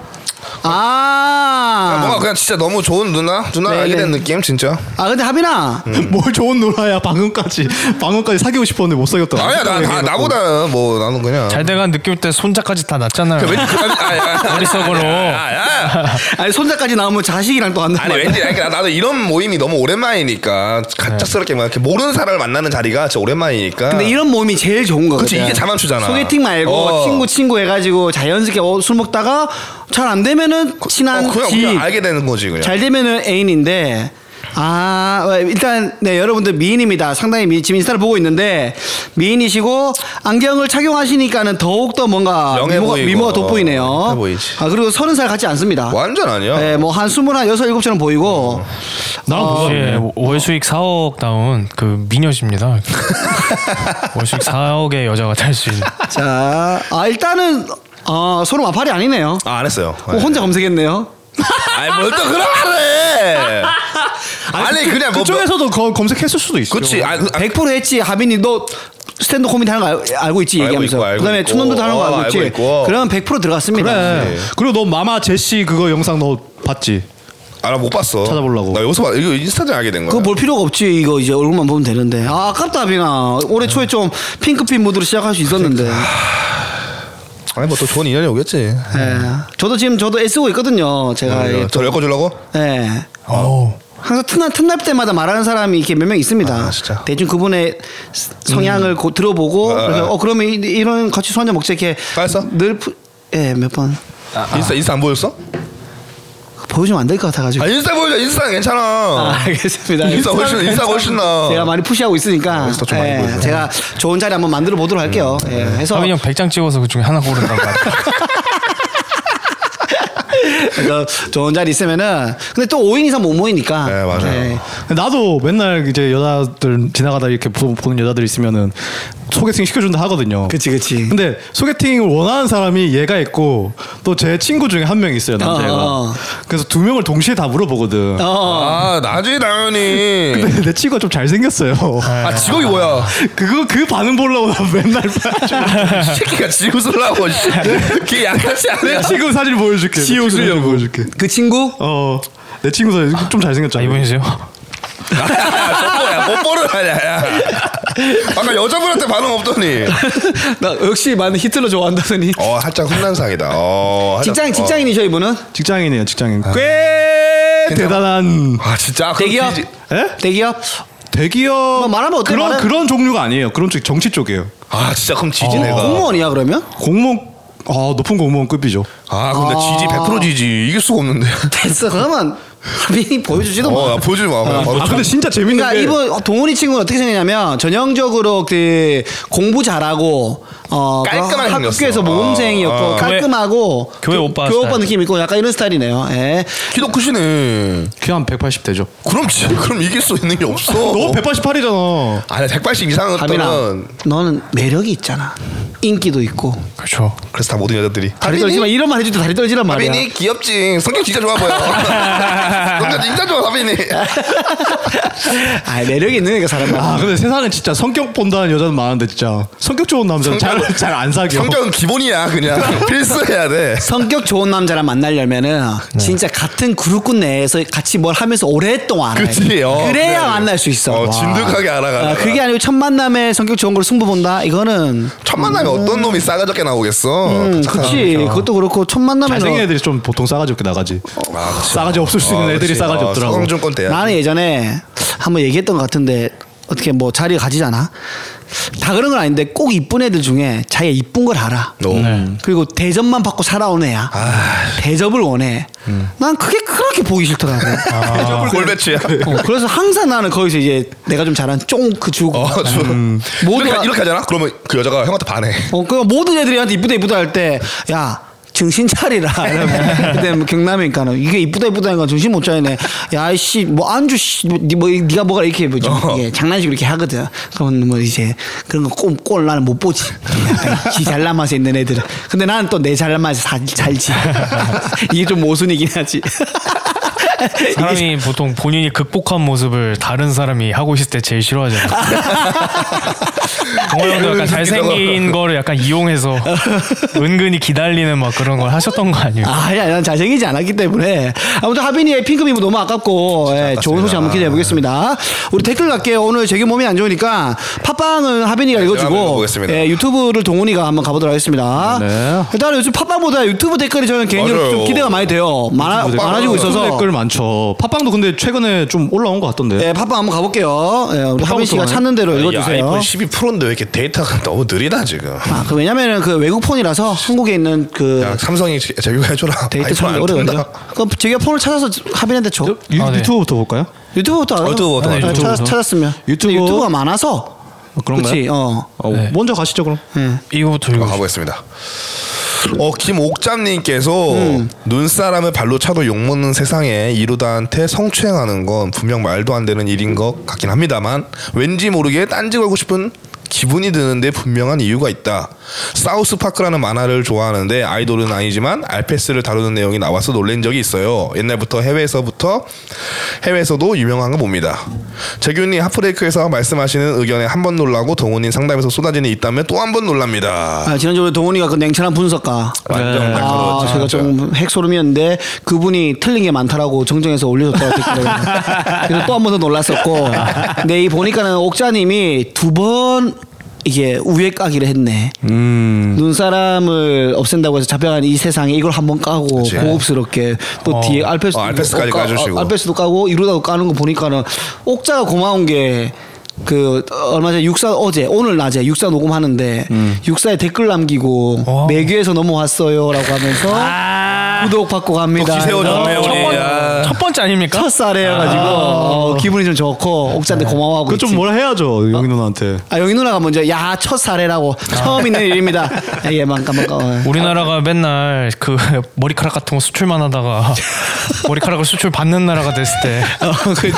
[SPEAKER 2] 어, 뭔가 그-
[SPEAKER 1] 아,
[SPEAKER 2] 그냥 진짜 너무 좋은 누나 누나
[SPEAKER 1] 네,
[SPEAKER 2] 알게
[SPEAKER 1] 네.
[SPEAKER 2] 된 느낌 진짜.
[SPEAKER 1] 아 근데 하빈아
[SPEAKER 2] 음.
[SPEAKER 3] 뭘 좋은 누나야 방금까지 방금까지 사귀고 싶었는데 못
[SPEAKER 1] 네.
[SPEAKER 3] 사귀었다.
[SPEAKER 2] 아니야 나, 나 나보다 뭐 나는 그냥.
[SPEAKER 4] 잘 돼간 느낌 때 손자까지 다 났잖아요.
[SPEAKER 2] 그 왠지 그- 아니, 아니, 아니,
[SPEAKER 4] 머릿속으로.
[SPEAKER 2] 아니, 아니,
[SPEAKER 1] 아니 손자까지 나오면 자식이랑 또 한단
[SPEAKER 2] 아니
[SPEAKER 1] 말이야
[SPEAKER 2] 왠지 아니, 그러니까 나도 이런 모임이 너무 오랜만이니까 갑작스럽게 막 이렇게 모르는 사람을 만나는 자리가 진짜 오랜만이니까.
[SPEAKER 1] 근데 이런 모임이 제일 좋은 거거든.
[SPEAKER 2] 아. 그치, 이게 자만추잖아.
[SPEAKER 1] 소개팅 말고
[SPEAKER 2] 어.
[SPEAKER 1] 친구 친구 해가지고 자연스럽게 어, 술 먹다가 잘 안 되면은 친한
[SPEAKER 2] 어, 그냥,
[SPEAKER 1] 지인,
[SPEAKER 2] 그냥 알게 되는 거지 그냥.
[SPEAKER 1] 잘 되면은 애인인데 아 어, 일단 네 여러분들 미인입니다. 상당히 미, 지금 인스타를 보고 있는데 미인이시고 안경을 착용하시니까는 더욱 더 뭔가
[SPEAKER 2] 영해
[SPEAKER 1] 미모가,
[SPEAKER 2] 보이고.
[SPEAKER 1] 미모가 돋보이네요.
[SPEAKER 2] 영해 보이지.
[SPEAKER 1] 아 그리고 서른 살 같지 않습니다.
[SPEAKER 2] 완전 아니야.
[SPEAKER 1] 네, 뭐한 스물 한 여섯 일곱처럼 보이고
[SPEAKER 2] 어.
[SPEAKER 3] 나랑
[SPEAKER 4] 예,
[SPEAKER 3] 어,
[SPEAKER 4] 월 수익 4억 나온 그 미녀십니다. 월 수익 4억의 여자가 될 수 있는.
[SPEAKER 1] 자, 아 일단은 아 서로 마팔이 아니네요.
[SPEAKER 2] 아, 안 했어요.
[SPEAKER 1] 어, 혼자 검색했네요.
[SPEAKER 2] 아니 뭘또 그런 말해. 아니 그냥 뭐.
[SPEAKER 3] 그쪽에서도 거- 검색했을 수도 있어.
[SPEAKER 2] 그치. 아, 그- 아,
[SPEAKER 1] 100% 했지. 하빈이 너 스탠드 코미디 하는 거 알- 알고 있지
[SPEAKER 2] 알고
[SPEAKER 1] 얘기하면서.
[SPEAKER 2] 있고, 알고
[SPEAKER 1] 그다음에
[SPEAKER 2] 있고.
[SPEAKER 1] 촌놈도 하는 거
[SPEAKER 2] 어,
[SPEAKER 1] 알고
[SPEAKER 2] 알고
[SPEAKER 1] 있지.
[SPEAKER 2] 있고.
[SPEAKER 1] 그러면 100% 들어갔습니다. 네.
[SPEAKER 2] 네.
[SPEAKER 3] 그래. 그리고 너 마마 제시 그거 영상 너 봤지?
[SPEAKER 2] 아, 나못 봤어.
[SPEAKER 3] 찾아보려고.
[SPEAKER 2] 나 여기서 봐. 이거 인스타그램 알게 된 거야.
[SPEAKER 1] 그거 뭐 볼 필요가 없지. 이거 이제 얼굴만 보면 되는데. 아, 아깝다 하빈아. 올해 초에 좀 핑크빛 무드로 시작할 수 있었는데.
[SPEAKER 2] 아니 뭐 또 좋은 인연이 오겠지.
[SPEAKER 1] 예. 저도 지금 저도 애쓰고 있거든요. 제가 예.
[SPEAKER 2] 저를 엮어주려고? 아.
[SPEAKER 1] 예. 항상 틈날 틈날 때마다 말하는 사람이 이렇게 몇 명 있습니다.
[SPEAKER 2] 아, 진짜.
[SPEAKER 1] 대충 그분의 스- 성향을 고- 들어보고
[SPEAKER 2] 아,
[SPEAKER 1] 그래서
[SPEAKER 2] 아.
[SPEAKER 1] 어 그러면 이- 이런 같이 술 한잔 먹자 이렇게
[SPEAKER 2] 다 했어?
[SPEAKER 1] 늘 푸- 예, 몇 번.
[SPEAKER 2] 인스타 인스타 안 보였어?
[SPEAKER 1] 보여주면 안 될 것 같아 가지고.
[SPEAKER 2] 아 인스타 보여줘 인스타 괜찮아
[SPEAKER 1] 알겠습니다.
[SPEAKER 2] 어. 인스타 훨씬 인스타 훨씬 나
[SPEAKER 1] 제가 많이 푸시하고 있으니까
[SPEAKER 2] 인스타 좀 많이 음, 네.
[SPEAKER 1] 예,
[SPEAKER 2] 보여줘.
[SPEAKER 1] 제가 좋은 자리 한번 만들어 보도록 할게요. 예, 해서
[SPEAKER 4] 하빈이 형 100장 찍어서 아, 그 중에 하나 고른다고.
[SPEAKER 1] 그래서 좋은 자리 있으면은 근데 또 5인 이상 못 모이니까.
[SPEAKER 2] 네, 맞아요.
[SPEAKER 1] 예.
[SPEAKER 3] 나도 맨날 이제 여자들 지나가다 이렇게 보, 는 여자들 있으면은 소개팅 시켜준다 하거든요.
[SPEAKER 1] 그치, 그치.
[SPEAKER 3] 근데 소개팅을 원하는 사람이 얘가 있고 또 제 친구 중에 한 명 있어요 남자애가.
[SPEAKER 1] 어, 어.
[SPEAKER 3] 그래서 두 명을 동시에 다 물어보거든.
[SPEAKER 1] 어.
[SPEAKER 2] 아 나지 당연히
[SPEAKER 3] 근데 내 친구가 좀 잘생겼어요.
[SPEAKER 2] 아 직업이 뭐야
[SPEAKER 3] 그거 그 반응 보려고 나 맨날
[SPEAKER 2] 이 새끼가 지구 쓰려고 씨. 그게 약하지 않아요
[SPEAKER 3] 내 친구 사진 보여줄게. 내 친구 사진 보여줄게.
[SPEAKER 1] 그 친구?
[SPEAKER 3] 어. 내 친구 사진 좀 잘생겼잖아.
[SPEAKER 4] 이분이세요?
[SPEAKER 2] 뽀뽀야 뽀뽀를 하냐 야. 아까 여자분한테 반응 없더니
[SPEAKER 1] 나 역시 많은 히틀러 좋아한다더니
[SPEAKER 2] 어 살짝 혼란상이다 어, 살짝-
[SPEAKER 1] 직장 직장인이셔 이분은
[SPEAKER 3] 직장인이에요, 직장인. 꽤
[SPEAKER 2] 아. 괜찮아.
[SPEAKER 3] 대단한
[SPEAKER 2] 어. 아 진짜 그럼
[SPEAKER 1] 대기업
[SPEAKER 2] 뒤지- 어,
[SPEAKER 3] 예?
[SPEAKER 1] 대기업
[SPEAKER 3] 대기업
[SPEAKER 1] 뭐 말하면 어때요?
[SPEAKER 3] 그런
[SPEAKER 1] 말해?
[SPEAKER 3] 그런 종류가 아니에요. 그런 쪽 정치 쪽이에요.
[SPEAKER 2] 아 진짜 그럼 지지 내가
[SPEAKER 1] 어. 공무원이야 그러면
[SPEAKER 3] 공무원 아, 높은 공무원급이죠.
[SPEAKER 2] 아 근데 지지 100% 지지 이길 수가 없는데
[SPEAKER 1] 됐어 그러면 미리 보여주지도 마.
[SPEAKER 2] 어나 보여주지 마 그냥 바로
[SPEAKER 3] 아 근데 진짜 재밌는
[SPEAKER 1] 그러니까
[SPEAKER 3] 게
[SPEAKER 1] 이분 어, 동훈이 친구는 어떻게 생겼냐면 전형적으로 그 공부 잘하고 어
[SPEAKER 2] 깔끔하게
[SPEAKER 1] 그
[SPEAKER 2] 생겼어.
[SPEAKER 1] 학교에서 모범생이었고
[SPEAKER 2] 어, 어.
[SPEAKER 1] 깔끔하고
[SPEAKER 4] 교회 오빠
[SPEAKER 1] 교회 오빠
[SPEAKER 4] 스타일.
[SPEAKER 1] 느낌 있고 약간 이런 스타일이네요. 예.
[SPEAKER 2] 키도 크시네
[SPEAKER 3] 그냥 180 되죠.
[SPEAKER 2] 그럼 지- 그럼 이길 수 있는 게 없어
[SPEAKER 3] 너 188이잖아.
[SPEAKER 2] 아니 180 이상은
[SPEAKER 1] 가민아
[SPEAKER 2] 또는
[SPEAKER 1] 너는 매력이 있잖아. 인기도 있고
[SPEAKER 2] 그렇죠 그래서 다 모든 여자들이
[SPEAKER 1] 다리 떨지 마 이런 말 해줄 때 다리 떨지란 말이야.
[SPEAKER 2] 사빈이 귀엽지 성격 진짜 좋아 보여 성격 진짜 좋아 사빈이
[SPEAKER 1] 아 매력이 있는 애가 사람
[SPEAKER 3] 아
[SPEAKER 1] 아,
[SPEAKER 3] 근데 세상에 진짜 성격 본다는 여자는 많은데 진짜 성격 좋은 남자는
[SPEAKER 2] 성격-
[SPEAKER 3] 잘잘안 사겨.
[SPEAKER 2] 성격은 기본이야 그냥 필수해야 돼
[SPEAKER 1] 성격 좋은 남자랑 만나려면은 진짜 같은 그룹군 내에서 같이 뭘 하면서 오랫동안 알아야
[SPEAKER 2] 그치,
[SPEAKER 1] 돼.
[SPEAKER 2] 어,
[SPEAKER 1] 그래야
[SPEAKER 2] 그래.
[SPEAKER 1] 만날 수 있어.
[SPEAKER 2] 어,
[SPEAKER 1] 와.
[SPEAKER 2] 진득하게 알아가라.
[SPEAKER 1] 아, 그게 아니고 첫 만남에 성격 좋은 걸 승부 본다. 이거는
[SPEAKER 2] 첫 만남에
[SPEAKER 3] 음.
[SPEAKER 2] 어떤 놈이 싸가지게 나오겠어
[SPEAKER 1] 음,
[SPEAKER 2] 착한
[SPEAKER 1] 그치. 그것도 그렇고 첫
[SPEAKER 3] 잘생긴
[SPEAKER 1] 만남에서
[SPEAKER 3] 애들이 좀 보통 싸가지 없게 나가지.
[SPEAKER 2] 아, 그치.
[SPEAKER 3] 싸가지 없을 수 있는
[SPEAKER 2] 아,
[SPEAKER 3] 애들이
[SPEAKER 2] 그치.
[SPEAKER 3] 싸가지
[SPEAKER 2] 아,
[SPEAKER 3] 없더라고.
[SPEAKER 2] 성중권 때야
[SPEAKER 1] 나는 예전에 한번 얘기했던 것 같은데 어떻게 뭐 자리 가지잖아. 다 그런 건 아닌데 꼭 이쁜 애들 중에 자기가 이쁜 걸 알아.
[SPEAKER 2] 오.
[SPEAKER 3] 네.
[SPEAKER 1] 그리고 대접만 받고 살아온 애야. 대접을 원해. 난 그게 그렇게 보기 싫더라고.
[SPEAKER 2] 음. 아, 골배추야
[SPEAKER 1] 어, 그래서 항상 나는 거기서 이제 내가 좀 잘한 쫑크 주고.
[SPEAKER 2] 어, 저,
[SPEAKER 3] 음.
[SPEAKER 1] 모두가-
[SPEAKER 2] 이렇게, 이렇게 하잖아? 그러면 그 여자가 형한테 반해.
[SPEAKER 1] 어, 그 모든 애들이 한테 이쁘다 이쁘다 할 때 야 정신 차리라.
[SPEAKER 4] 네.
[SPEAKER 1] 이러면 그때 뭐 경남이니까는 이게 이쁘다 이쁘다 하니까 정신 못 차리네. 야이씨 뭐 안주 씨뭐 네가 뭐가 이렇게 뭐죠?
[SPEAKER 2] 어.
[SPEAKER 1] 예, 장난식으로 이렇게 하거든. 그러면 뭐 이제 그런 거꼴꼴 나는 못 보지. 약간 지 잘난 맛에 있는 애들은. 근데 나는 또 내 잘난 맛에 사, 잘지. 이게 좀 모순이긴 하지.
[SPEAKER 4] 사람이 보통 본인이 극복한 모습을 다른 사람이 하고 있을 때 제일 싫어하잖아요. 정호 형도 약간 잘생긴 거를 약간 이용해서 은근히 기다리는 막 그런 걸 하셨던 거 아니에요?
[SPEAKER 1] 아야, 난 잘생기지 않았기 때문에 아무튼 하빈이의 핑크미브 너무 아깝고 예, 좋은 소식 한번 기대해 보겠습니다. 우리 댓글 갈게요. 오늘 제게 몸이 안 좋으니까 팟빵은 하빈이가
[SPEAKER 2] 제가 네, 한번
[SPEAKER 1] 읽어주고
[SPEAKER 2] 읽어보겠습니다.
[SPEAKER 1] 예, 유튜브를 동훈이가 한번 가보도록 하겠습니다.
[SPEAKER 3] 네.
[SPEAKER 1] 일단 요즘 팟빵보다 유튜브 댓글이 저는 개인적으로
[SPEAKER 2] 맞아요.
[SPEAKER 1] 좀 기대가 많이 돼요. 많아,
[SPEAKER 2] 댓글.
[SPEAKER 1] 많아지고 있어서
[SPEAKER 3] 유튜브 댓글 많죠. 팟빵도 근데 최근에 좀 올라온 것 같던데.
[SPEAKER 1] 예, 팟빵 한번 가볼게요. 예, 우리 하빈 씨가
[SPEAKER 3] 좋아요.
[SPEAKER 1] 찾는 대로 읽어주세요.
[SPEAKER 2] 아이폰 12%인데 왜 이렇게 데이터가 너무 느리다 지금.
[SPEAKER 1] 아, 그 왜냐면은 그 외국 폰이라서 한국에 있는 그
[SPEAKER 2] 야, 삼성이 제- 제휴해줘라.
[SPEAKER 1] 데이터
[SPEAKER 2] 아이폰
[SPEAKER 1] 찾는
[SPEAKER 2] 안
[SPEAKER 1] 게 어려거든요.
[SPEAKER 2] 뜬다.
[SPEAKER 1] 그럼 제가 폰을 찾아서 하빈한테 줘.
[SPEAKER 3] 어? 유,
[SPEAKER 4] 아, 네.
[SPEAKER 3] 유튜브부터 볼까요?
[SPEAKER 1] 유튜브부터 알아요?
[SPEAKER 2] 유튜브부터
[SPEAKER 1] 네,
[SPEAKER 2] 알아요.
[SPEAKER 1] 찾았,
[SPEAKER 3] 유튜브부터.
[SPEAKER 1] 찾았으면
[SPEAKER 3] 유튜브.
[SPEAKER 1] 근데 유튜브가 많아서
[SPEAKER 3] 어, 그런가요?
[SPEAKER 1] 그치, 어. 음.
[SPEAKER 3] 어,
[SPEAKER 4] 네.
[SPEAKER 3] 먼저 가시죠 그럼.
[SPEAKER 4] 이거부터
[SPEAKER 2] 한번
[SPEAKER 4] 읽어.
[SPEAKER 2] 가보겠습니다. 어 김옥잠님께서 눈사람을 발로 차도 욕먹는 세상에 이루다한테 성추행하는 건 분명 말도 안 되는 일인 것 같긴 합니다만 왠지 모르게 딴지 걸고 싶은 기분이 드는데 분명한 이유가 있다. 사우스 파크라는 만화를 좋아하는데 아이돌은 아니지만 알페스를 다루는 내용이 나와서 놀란 적이 있어요. 옛날부터 해외에서부터 해외에서도 유명한 거 봅니다. 재균이 하프레이크에서 말씀하시는 의견에 한 번 놀라고 동훈님 상담에서 쏟아지는 있다면 또 한 번 놀랍니다.
[SPEAKER 1] 아, 지난주에 동훈이가 그 냉철한 분석가
[SPEAKER 2] 완전
[SPEAKER 1] 아,
[SPEAKER 2] 날카로웠죠. 그렇죠.
[SPEAKER 1] 제가 좀 핵소름이었는데 그분이 틀린 게 많다라고 정정해서 올려줬다고 댓글에 그래서 또 한 번 더 놀랐었고 근데 이 보니까는 옥자님이 두 번 이게 우회 까기를 했네
[SPEAKER 2] 음.
[SPEAKER 1] 눈사람을 없앤다고 해서 잡혀간 이 세상에 이걸 한 번 까고
[SPEAKER 2] 그치.
[SPEAKER 1] 고급스럽게 또 뒤에 알페스도
[SPEAKER 2] 어, 알페스까지
[SPEAKER 1] 까-
[SPEAKER 2] 까주시고.
[SPEAKER 1] 아, 알페스도 까고 이러다가 까는 거 보니까는 옥자가 고마운 게 그 얼마 전에 육사 어제 오늘 낮에 육사 녹음하는데 육사에 댓글 남기고
[SPEAKER 4] 와.
[SPEAKER 1] 매규에서 넘어왔어요라고 하면서 구독 받고 갑니다.
[SPEAKER 2] 또 기세운
[SPEAKER 1] 그래서
[SPEAKER 2] 네,
[SPEAKER 4] 첫,
[SPEAKER 2] 우리, 아.
[SPEAKER 4] 번, 첫 번째 아닙니까?
[SPEAKER 1] 첫살이어가지고 어, 기분이 좀 좋고 옥자한테 고마워하고
[SPEAKER 3] 그 좀
[SPEAKER 1] 있지.
[SPEAKER 3] 뭐라 해야죠 영희 누나한테.
[SPEAKER 1] 아 영희 누나가 먼저 야 첫 사례라고 처음 있는 일입니다. 예, 깜깜깜.
[SPEAKER 4] 우리나라가 맨날 그 머리카락 같은 거 수출만 하다가 머리카락을 수출 받는 나라가 됐을 때
[SPEAKER 3] 어,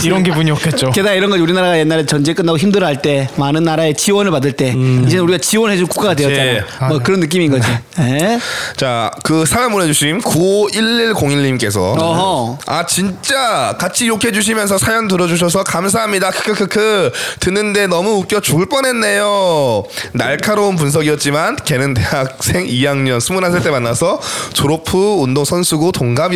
[SPEAKER 4] 이런 기분이었겠죠.
[SPEAKER 1] 게다가 이런 건 우리나라가 옛날에 전쟁 끝나고 힘들어할 때 많은 나라의 지원을 받을 때 이제 는 우리가 지원해줄 국가가 되었잖아요. 뭐 그런 느낌인 거지. 예?
[SPEAKER 2] 자, 그 사연 보내주신 95101님께서
[SPEAKER 1] 어허.
[SPEAKER 2] 아 진, 진짜 같이 욕해 주시면서 사연 들어주셔서 감사합니다. 크크크크 듣는데 너무 웃겨 죽을 뻔했네요. 날카로운 분석이었지만 걔는 대학생 2학년 21살 때 만나서 졸업 후 운동 선수고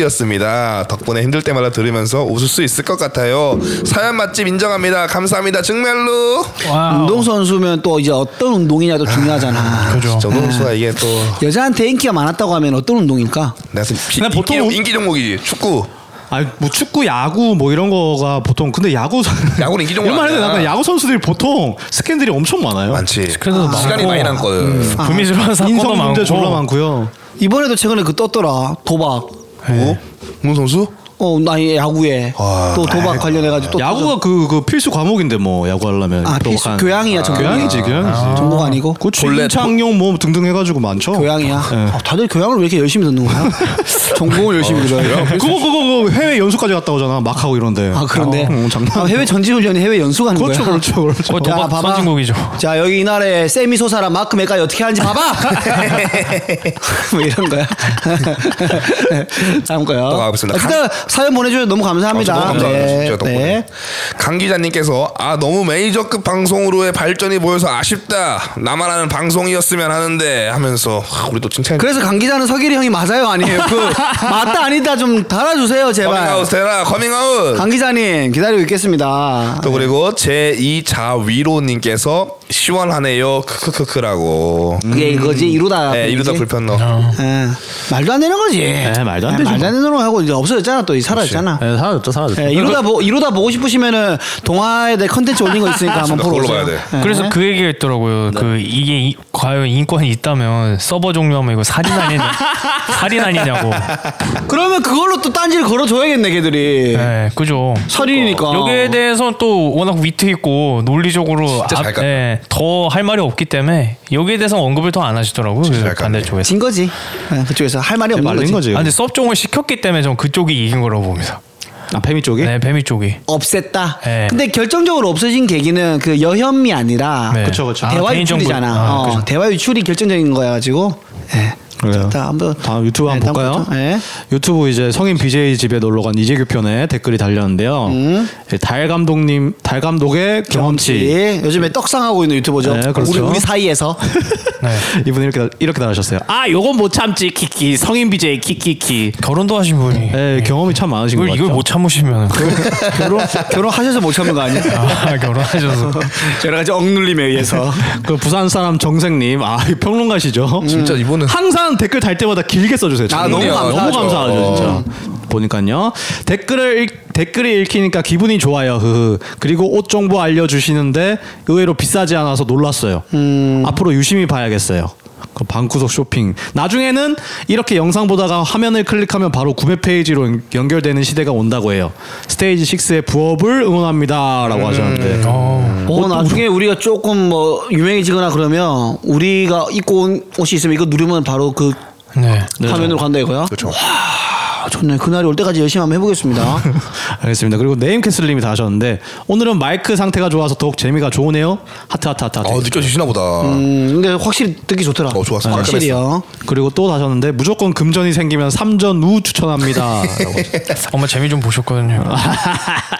[SPEAKER 2] 동갑이었습니다. 덕분에 힘들 때마다 들으면서 웃을 수 있을 것 같아요. 사연 맛집 인정합니다. 감사합니다. 정말로.
[SPEAKER 4] 와우.
[SPEAKER 1] 운동선수면 또 이제 어떤 운동이냐도 중요하잖아.
[SPEAKER 4] 아, 그죠. 음.
[SPEAKER 2] 진짜 선수가 이게 또
[SPEAKER 1] 여자한테 인기가 많았다고 하면 어떤 운동일까?
[SPEAKER 2] 내가 지금 비-
[SPEAKER 3] 근데 보통
[SPEAKER 2] 인기, 인기 종목이지 축구.
[SPEAKER 3] 아니 뭐 축구, 야구 뭐 이런 거가 보통 근데 야구 선-
[SPEAKER 2] 야구는 인기 종목
[SPEAKER 3] 이런 말 해도
[SPEAKER 2] 아니야.
[SPEAKER 3] 약간 야구 선수들이 보통 스캔들이 엄청 많아요.
[SPEAKER 2] 많지.
[SPEAKER 4] 그래도 많고. 음.
[SPEAKER 2] 시간이 많이 남거든.
[SPEAKER 4] 부미스러운 사건도
[SPEAKER 3] 인성 문제 졸라
[SPEAKER 4] 아, 많고.
[SPEAKER 3] 많고요.
[SPEAKER 1] 이번에도 최근에 그 떴더라. 도박.
[SPEAKER 2] 뭐? 문 선수?
[SPEAKER 1] 어, 아니 야구에
[SPEAKER 2] 와.
[SPEAKER 1] 또 도박 관련해 가지고 또
[SPEAKER 3] 야구가 그 그 필수 과목인데 뭐 야구 하려면
[SPEAKER 1] 아, 필수
[SPEAKER 3] 한-
[SPEAKER 1] 교양이야, 아. 전공이.
[SPEAKER 3] 교양이지 교양이지.
[SPEAKER 1] 전공 아니고
[SPEAKER 3] 그
[SPEAKER 2] 본래
[SPEAKER 3] 취임창용 뭐 등등 해가지고 많죠. 예.
[SPEAKER 1] 교양이야.
[SPEAKER 3] 네.
[SPEAKER 1] 아, 다들 교양을 왜 이렇게 열심히 듣는 거야? 전공을 열심히 들어야 돼.
[SPEAKER 3] 그거 그거 그거 해외 연수까지 갔다 오잖아 막 하고 이런데.
[SPEAKER 1] 아 그런데
[SPEAKER 2] 음,
[SPEAKER 3] 어, 장난.
[SPEAKER 1] 아, 해외 전지 훈련이 해외 연수 가는
[SPEAKER 3] 그렇죠
[SPEAKER 1] 거야.
[SPEAKER 3] 그렇죠 그렇죠.
[SPEAKER 4] 어,
[SPEAKER 1] 자,
[SPEAKER 4] 도박
[SPEAKER 1] 봐봐.
[SPEAKER 4] 선진국이죠.
[SPEAKER 1] 자 여기 이 나라의 세미 소사랑 마크 메까지 어떻게 하는지 봐봐. 뭐 이런 거야. 다음 거요.
[SPEAKER 2] 가보겠습니다.
[SPEAKER 1] 일단 사연 보내주셔서 너무 감사합니다.
[SPEAKER 2] 아, 진짜 너무 감사합니다.
[SPEAKER 1] 네,
[SPEAKER 2] 진짜 덕분에.
[SPEAKER 1] 네.
[SPEAKER 2] 강 기자님께서 아 너무 메이저급 방송으로의 발전이 보여서 아쉽다. 나만 하는 방송이었으면 하는데 하면서 아, 우리 또 칭찬.
[SPEAKER 1] 그래서 강 기자는 서길이 형이 맞아요 아니에요? 그 맞다 아니다 좀 달아주세요 제발.
[SPEAKER 2] 커밍아웃 대라 커밍아웃.
[SPEAKER 1] 강 기자님 기다리고 있겠습니다.
[SPEAKER 2] 또 그리고 제2자위로님께서 시원하네요 크크크크라고.
[SPEAKER 1] 그게 이거지 이루다.
[SPEAKER 2] 음. 네 이러다
[SPEAKER 1] 그거지?
[SPEAKER 2] 불편 너.
[SPEAKER 1] 예. 말도 안 되는 거지.
[SPEAKER 3] 예, 말도 안
[SPEAKER 1] 예,
[SPEAKER 3] 되죠.
[SPEAKER 1] 말도 안 되는 거 하고 이제 없어졌잖아 또 이제 사라졌잖아.
[SPEAKER 3] 네, 사라졌죠 사라졌죠.
[SPEAKER 1] 예, 이러다 보 이러다 보고 싶으시면은 동화에 대해 컨텐츠 올린 거 있으니까 한번 보러
[SPEAKER 2] 그걸로
[SPEAKER 1] 오세요.
[SPEAKER 2] 봐야 돼.
[SPEAKER 1] 예.
[SPEAKER 4] 그래서 그 얘기가 있더라고요.
[SPEAKER 3] 네.
[SPEAKER 4] 그 이게 이- 과연 인권이 있다면 서버 종료하면 이거 살인 아니냐? 살인 아니냐고.
[SPEAKER 1] 그러면 그걸로 또 딴지를 걸어줘야겠네 걔들이.
[SPEAKER 4] 네, 그죠.
[SPEAKER 3] 어.
[SPEAKER 1] 서린이니까.
[SPEAKER 4] 그러니까 여기에 대해서는 또 워낙 위트 있고 논리적으로 네,
[SPEAKER 2] 잘 깠다.
[SPEAKER 4] 더 할 말이 없기 때문에 여기에 대해서 언급을 더 안 하시더라고요. 그
[SPEAKER 2] 잘 깠네.
[SPEAKER 4] 반대쪽에서.
[SPEAKER 1] 진 거지. 예, 그쪽에서 할 말이 없는
[SPEAKER 3] 말린
[SPEAKER 1] 거지.
[SPEAKER 3] 거지.
[SPEAKER 4] 아, 근데 섭종을 시켰기 때문에 전 그쪽이 이긴 거라고 봅니다.
[SPEAKER 3] 아 페미 쪽이.
[SPEAKER 4] 네, 뱀이 쪽이.
[SPEAKER 1] 없앴다.
[SPEAKER 4] 예.
[SPEAKER 1] 근데 결정적으로 없어진 계기는 그 여혐이 아니라
[SPEAKER 4] 네.
[SPEAKER 3] 그쵸, 그쵸. 아,
[SPEAKER 1] 대화
[SPEAKER 4] 개인 정보.
[SPEAKER 1] 유출이잖아.
[SPEAKER 4] 아,
[SPEAKER 1] 어,
[SPEAKER 4] 그죠.
[SPEAKER 1] 대화 유출이 결정적인 거여가지고. 예.
[SPEAKER 3] 그래요.
[SPEAKER 1] 자, 한번
[SPEAKER 3] 다음 어. 아, 유튜브
[SPEAKER 1] 네,
[SPEAKER 3] 한번 볼까요?
[SPEAKER 1] 거죠. 예.
[SPEAKER 3] 유튜브 이제 성인 BJ 집에 놀러 간 이재규 편에 댓글이 달렸는데요. 예, 달 감독님, 달 감독의 경험치.
[SPEAKER 1] 예, 요즘에 떡상하고 있는 유튜버죠.
[SPEAKER 3] 네, 그렇죠.
[SPEAKER 1] 우리, 우리 사이에서.
[SPEAKER 3] 이분 이렇게 이렇게 달아셨어요. 아, 요건 못 참지 키키. 성인 BJ 키키키.
[SPEAKER 4] 결혼도 하신 분이. 네.
[SPEAKER 3] 예, 경험이 참 많으신 것
[SPEAKER 4] 이걸
[SPEAKER 3] 같죠.
[SPEAKER 4] 이걸 못 참으시면
[SPEAKER 1] 결혼, 결혼하셔서 못 참는 거
[SPEAKER 3] 네.
[SPEAKER 1] 아니야?
[SPEAKER 4] 아, 결혼하셔서
[SPEAKER 1] 여러 가지 억눌림에 의해서.
[SPEAKER 3] 그 부산 사람 정생님, 아, 이 평론가시죠?
[SPEAKER 2] 진짜 이분은
[SPEAKER 3] 항상 댓글 달 때마다 길게 써주세요.
[SPEAKER 1] 음. 아,
[SPEAKER 3] 정말.
[SPEAKER 1] 너무 감사하죠. 어.
[SPEAKER 3] 너무 감사하죠, 진짜. 보니까요 댓글을 읽- 댓글이 읽히니까 기분이 좋아요. 흐흐. 그리고 옷 정보 알려주시는데 의외로 비싸지 않아서 놀랐어요.
[SPEAKER 1] 음.
[SPEAKER 3] 앞으로 유심히 봐야겠어요. 그 방구석 쇼핑. 나중에는 이렇게 영상 보다가 화면을 클릭하면 바로 구매 페이지로 연- 연결되는 시대가 온다고 해요. 스테이지 6의 부업을 응원합니다라고 하셨는데.
[SPEAKER 1] 음. 어, 나중에 우리가 조금 뭐 유명해지거나 그러면 우리가 입고 온 옷이 있으면 이거 누르면 바로 그
[SPEAKER 4] 네.
[SPEAKER 1] 화면으로 간다 이거야? 그렇죠. 와, 좋네. 그날이 올 때까지 열심히 한번 해보겠습니다.
[SPEAKER 3] 알겠습니다. 그리고 네임캐슬님이 다 하셨는데 오늘은 마이크 상태가 좋아서 더욱 재미가 좋으네요. 하트 하트 하트 하트.
[SPEAKER 2] 어 느껴지시나 보다.
[SPEAKER 1] 음, 근데 확실히 듣기 좋더라. 네,
[SPEAKER 2] 어, 좋았어.
[SPEAKER 1] 확실히요.
[SPEAKER 3] 그리고 또 다셨는데 무조건 금전이 생기면 3전 우 추천합니다. 네, 라고 하셨어요.
[SPEAKER 4] 엄마 재미 좀 보셨거든요.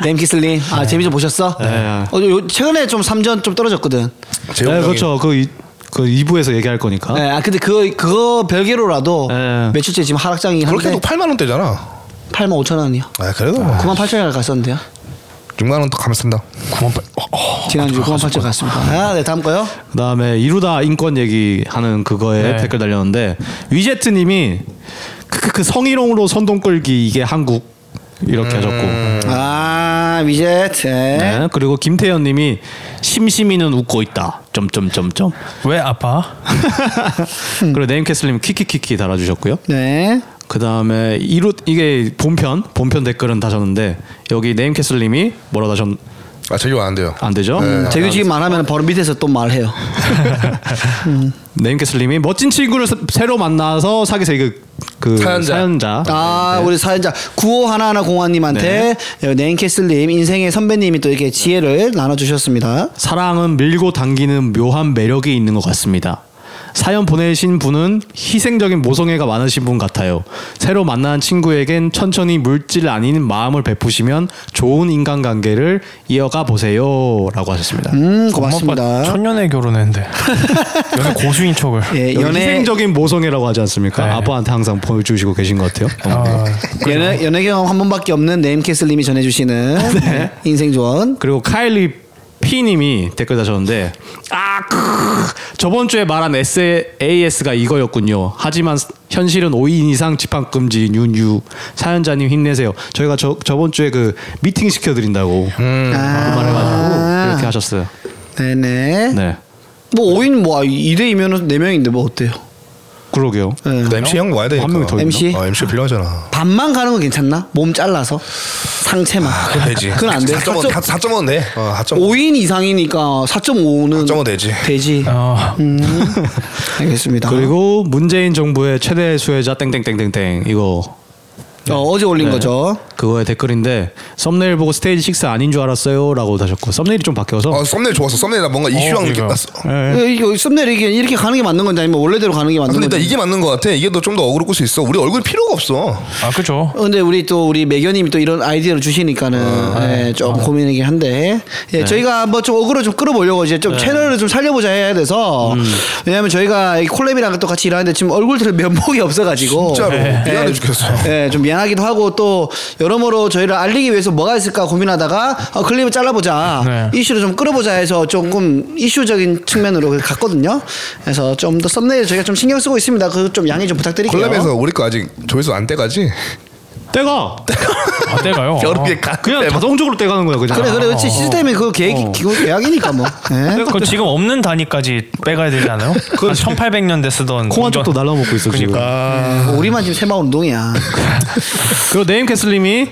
[SPEAKER 1] 램키슬님, 아 재미 좀 보셨어?
[SPEAKER 3] 네.
[SPEAKER 1] 어, 요, 최근에 좀 3전 좀 떨어졌거든.
[SPEAKER 2] 재용
[SPEAKER 3] 네,
[SPEAKER 2] 형이
[SPEAKER 3] 그렇죠. 그, 이, 그 2부에서 얘기할 거니까.
[SPEAKER 1] 네, 아 근데 그거 그거 별개로라도
[SPEAKER 3] 어? 네.
[SPEAKER 1] 매출제 지금 하락장이긴 한데 네.
[SPEAKER 2] 그렇게도 8만 원대잖아.
[SPEAKER 1] 8만 5천 원이요.
[SPEAKER 2] 아 그래도 뭐
[SPEAKER 1] 9만 8천 원 갔었는데요.
[SPEAKER 2] 6만 원 더 가면 쓴다. 9만 8.
[SPEAKER 1] 지난주 9만 8천 원 갔습니다. 아, 네 다음 거요.
[SPEAKER 3] 그다음에 이루다 인권 얘기하는 그거에
[SPEAKER 4] 네.
[SPEAKER 3] 댓글 달렸는데 위제트님이 크크크 그 성희롱으로 선동 끌기 이게 한국 이렇게 하셨고.
[SPEAKER 1] 아 위젯. 네.
[SPEAKER 3] 네. 그리고 김태현님이 심심이는 웃고 있다. 점점점점.
[SPEAKER 4] 왜 아파?
[SPEAKER 3] 그리고 네임캐슬님 키키키키 달아주셨고요.
[SPEAKER 1] 네.
[SPEAKER 3] 그 다음에 이루 이게 본편 본편 댓글은 다셨는데 여기 네임캐슬님이 뭐라 다셨
[SPEAKER 2] 아 저기 안 돼요.
[SPEAKER 3] 안 되죠?
[SPEAKER 2] 네.
[SPEAKER 1] 재규 지금 말하면 바로 밑에서 또 말해요.
[SPEAKER 3] 네임캐슬님이 멋진 친구를 새- 새로 만나서 사귀세요. 이거 그
[SPEAKER 2] 사연자.
[SPEAKER 3] 사연자.
[SPEAKER 1] 아 우리 사연자 구호 하나하나 공화님한테 네인캐슬님 인생의 선배님이 또 이렇게 지혜를 나눠주셨습니다.
[SPEAKER 3] 사랑은 밀고 당기는 묘한 매력이 있는 것 같습니다. 사연 보내신 분은 희생적인 모성애가 많으신 분 같아요. 새로 만난 친구에겐 천천히 물질 아닌 마음을 베푸시면 좋은 인간관계를 이어가 보세요라고 하셨습니다.
[SPEAKER 1] 음
[SPEAKER 4] 엄마
[SPEAKER 1] 고맙습니다.
[SPEAKER 4] 아빠 천년에 결혼했는데 연애 고수인 척을.
[SPEAKER 1] 예
[SPEAKER 3] 여기
[SPEAKER 1] 연애
[SPEAKER 3] 희생적인 모성애라고 하지 않습니까?
[SPEAKER 4] 네.
[SPEAKER 3] 아빠한테 항상 보여주시고 계신 것 같아요. 어.
[SPEAKER 4] 아,
[SPEAKER 1] 연애, 연애 경험 한 번밖에 없는 네임캐슬님이 전해주시는 인생 조언.
[SPEAKER 3] 그리고 카일리 P님이 댓글 다셨는데 아 크으, 저번 주에 말한 SAS가 이거였군요. 하지만 현실은 5인 이상 집합 금지 윤유 사연자님 힘내세요. 저희가 저 저번 주에 그 미팅 시켜드린다고
[SPEAKER 1] 음.
[SPEAKER 3] 그 말해가지고 이렇게 하셨어요.
[SPEAKER 1] 아, 네네.
[SPEAKER 3] 네,
[SPEAKER 1] 뭐 5인 뭐 2대이면 4명인데 뭐 어때요?
[SPEAKER 3] 그러게요.
[SPEAKER 1] 네.
[SPEAKER 2] 그 MC 형 와야 되니까.
[SPEAKER 3] 명이 더 있나?
[SPEAKER 1] MC?
[SPEAKER 2] 아, MC 필요하잖아.
[SPEAKER 1] 반만 가는 건 괜찮나? 몸 잘라서 상체만.
[SPEAKER 2] 아, 그건 되지.
[SPEAKER 1] 그건 안 돼.
[SPEAKER 2] 4.5, 4.5, 4.5는 돼. 어, 4.5.
[SPEAKER 1] 5인 이상이니까 4.5는
[SPEAKER 2] 4.5 되지.
[SPEAKER 1] 되지.
[SPEAKER 4] 어,
[SPEAKER 1] 음. 알겠습니다.
[SPEAKER 3] 그리고 문재인 정부의 최대 수혜자 땡땡땡땡땡 이거
[SPEAKER 1] 어, 어제 올린
[SPEAKER 2] 네.
[SPEAKER 1] 거죠.
[SPEAKER 3] 그거의 댓글인데 썸네일 보고 스테이지 6 아닌 줄 알았어요라고 다셨고 썸네일이 좀 바뀌어서
[SPEAKER 2] 어, 썸네일 좋았어. 썸네일 나 뭔가 이슈왕 느낌
[SPEAKER 4] 그러니까.
[SPEAKER 2] 났어.
[SPEAKER 1] 이- 예, 이거 썸네일 이게 이렇게 가는 게 맞는 건지 아니면 원래대로 가는 게
[SPEAKER 2] 아,
[SPEAKER 1] 맞는
[SPEAKER 2] 근데 나
[SPEAKER 1] 건지.
[SPEAKER 2] 이게 맞는 것 같아. 이게 더 좀 더 어그로 끌수 있어. 우리 얼굴 필요가 없어.
[SPEAKER 4] 아 그죠.
[SPEAKER 1] 어, 근데 우리 또 우리 매견님이 또 이런 아이디어를 주시니까는
[SPEAKER 2] 아,
[SPEAKER 1] 예, 좀 고민이긴 한데 예,
[SPEAKER 2] 네.
[SPEAKER 1] 저희가 한번 좀 어그로 좀 끌어보려고 이제 좀 채널을 좀 살려보자 해야 돼서
[SPEAKER 2] 음.
[SPEAKER 1] 왜냐면 저희가 이 콜랩이랑 또 같이 일하는데 지금 얼굴들 면목이 없어가지고
[SPEAKER 2] 진짜로.
[SPEAKER 1] 예.
[SPEAKER 2] 미안해 죽겠어.
[SPEAKER 1] 예, 좀 미안하기도 하고 또 여러모로 저희를 알리기 위해서 뭐가 있을까 고민하다가 어, 클립을 잘라보자
[SPEAKER 4] 네.
[SPEAKER 1] 이슈를 좀 끌어보자 해서 조금 이슈적인 측면으로 갔거든요. 그래서 좀 더 썸네일 저희가 좀 신경 쓰고 있습니다. 그 좀 양해 좀 부탁드릴게요.
[SPEAKER 2] 콜랩에서 우리 거 아직 조회수 안 떼가지?
[SPEAKER 3] 때가
[SPEAKER 4] 아 때가요. 어.
[SPEAKER 2] 여름에 가.
[SPEAKER 3] 그냥
[SPEAKER 2] 때만.
[SPEAKER 3] 자동적으로 떼가는 거야 그냥.
[SPEAKER 1] 그래 그래 그렇지 시스템이 그 계획
[SPEAKER 3] 어.
[SPEAKER 1] 기 계약이니까 뭐. 예.
[SPEAKER 4] 그럼 지금 없는 단위까지 빼가야 되지 않아요? 한 1800년대 쓰던
[SPEAKER 3] 그 콩한
[SPEAKER 4] 공전-
[SPEAKER 3] 쪽도 날라먹고 있어 지금.
[SPEAKER 4] 그러니까
[SPEAKER 1] 뭐 우리만 지금 세마 운동이야.
[SPEAKER 3] 그리고 네임캐슬님이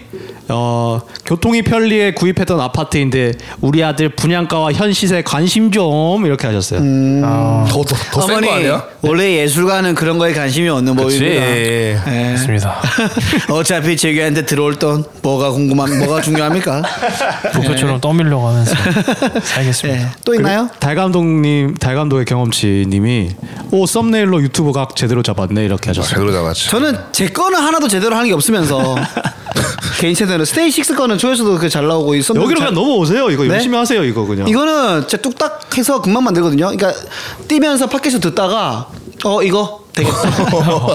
[SPEAKER 3] 어, 교통이 편리해 구입했던 아파트인데 우리 아들 분양가와 현시세 관심 좀 이렇게 하셨어요.
[SPEAKER 2] 더더센거 아니야?
[SPEAKER 1] 원래 예술가는 그런 거에 관심이 없는
[SPEAKER 3] 뭐
[SPEAKER 1] 모입니다.
[SPEAKER 2] 그치.
[SPEAKER 1] 예.
[SPEAKER 4] 맞습니다.
[SPEAKER 1] 어차피 제규한테 들어올 돈 뭐가 궁금한 뭐가 중요합니까?
[SPEAKER 4] 부표처럼 떠밀려가면서 살겠습니다.
[SPEAKER 1] 예. 또 있나요?
[SPEAKER 3] 달 감독님, 달 감독의 경험치님이 오 썸네일로 유튜브 각 제대로 잡았네 이렇게 하셨어요.
[SPEAKER 2] 제대로 잡았지.
[SPEAKER 1] 저는 제 거는 하나도 제대로 하는 게 없으면서 개인 채널은 스테이 식스 거는 조회수도 그 잘 나오고 이 썸네일
[SPEAKER 3] 여기로
[SPEAKER 1] 잘-
[SPEAKER 3] 그냥 넘어오세요. 이거
[SPEAKER 1] 네?
[SPEAKER 3] 열심히 하세요. 이거 그냥.
[SPEAKER 1] 이거는 진짜 뚝딱 해서 금방 만들거든요. 그러니까 뛰면서 팟캐스트 듣다가 어 이거 되겠다.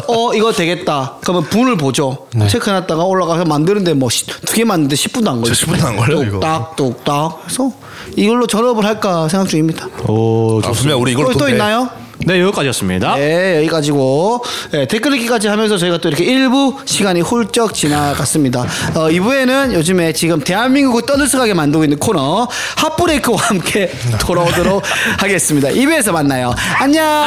[SPEAKER 1] 어 이거 되겠다. 그러면 분을 보죠. 체크해놨다가 올라가서 만드는데 뭐 두 개 만드는데 10분도 안 걸려.
[SPEAKER 2] 저 10분도 안
[SPEAKER 1] 아,
[SPEAKER 2] 걸려요, 이거.
[SPEAKER 1] 뚝딱 뚝딱. 그래서 이걸로 전업을 할까 생각 중입니다. 어,
[SPEAKER 3] 오,
[SPEAKER 2] 아,
[SPEAKER 3] 좋-
[SPEAKER 2] 분명 우리 이걸
[SPEAKER 1] 또, 또 있나요?
[SPEAKER 3] 네 여기까지였습니다.
[SPEAKER 1] 네 여기까지고 네, 댓글 읽기까지 하면서 저희가 또 이렇게 1부 시간이 훌쩍 지나갔습니다 어, 2부에는 요즘에 지금 대한민국을 떠들썩하게 만들고 있는 코너 핫브레이크와 함께 돌아오도록 하겠습니다 2부에서 만나요 안녕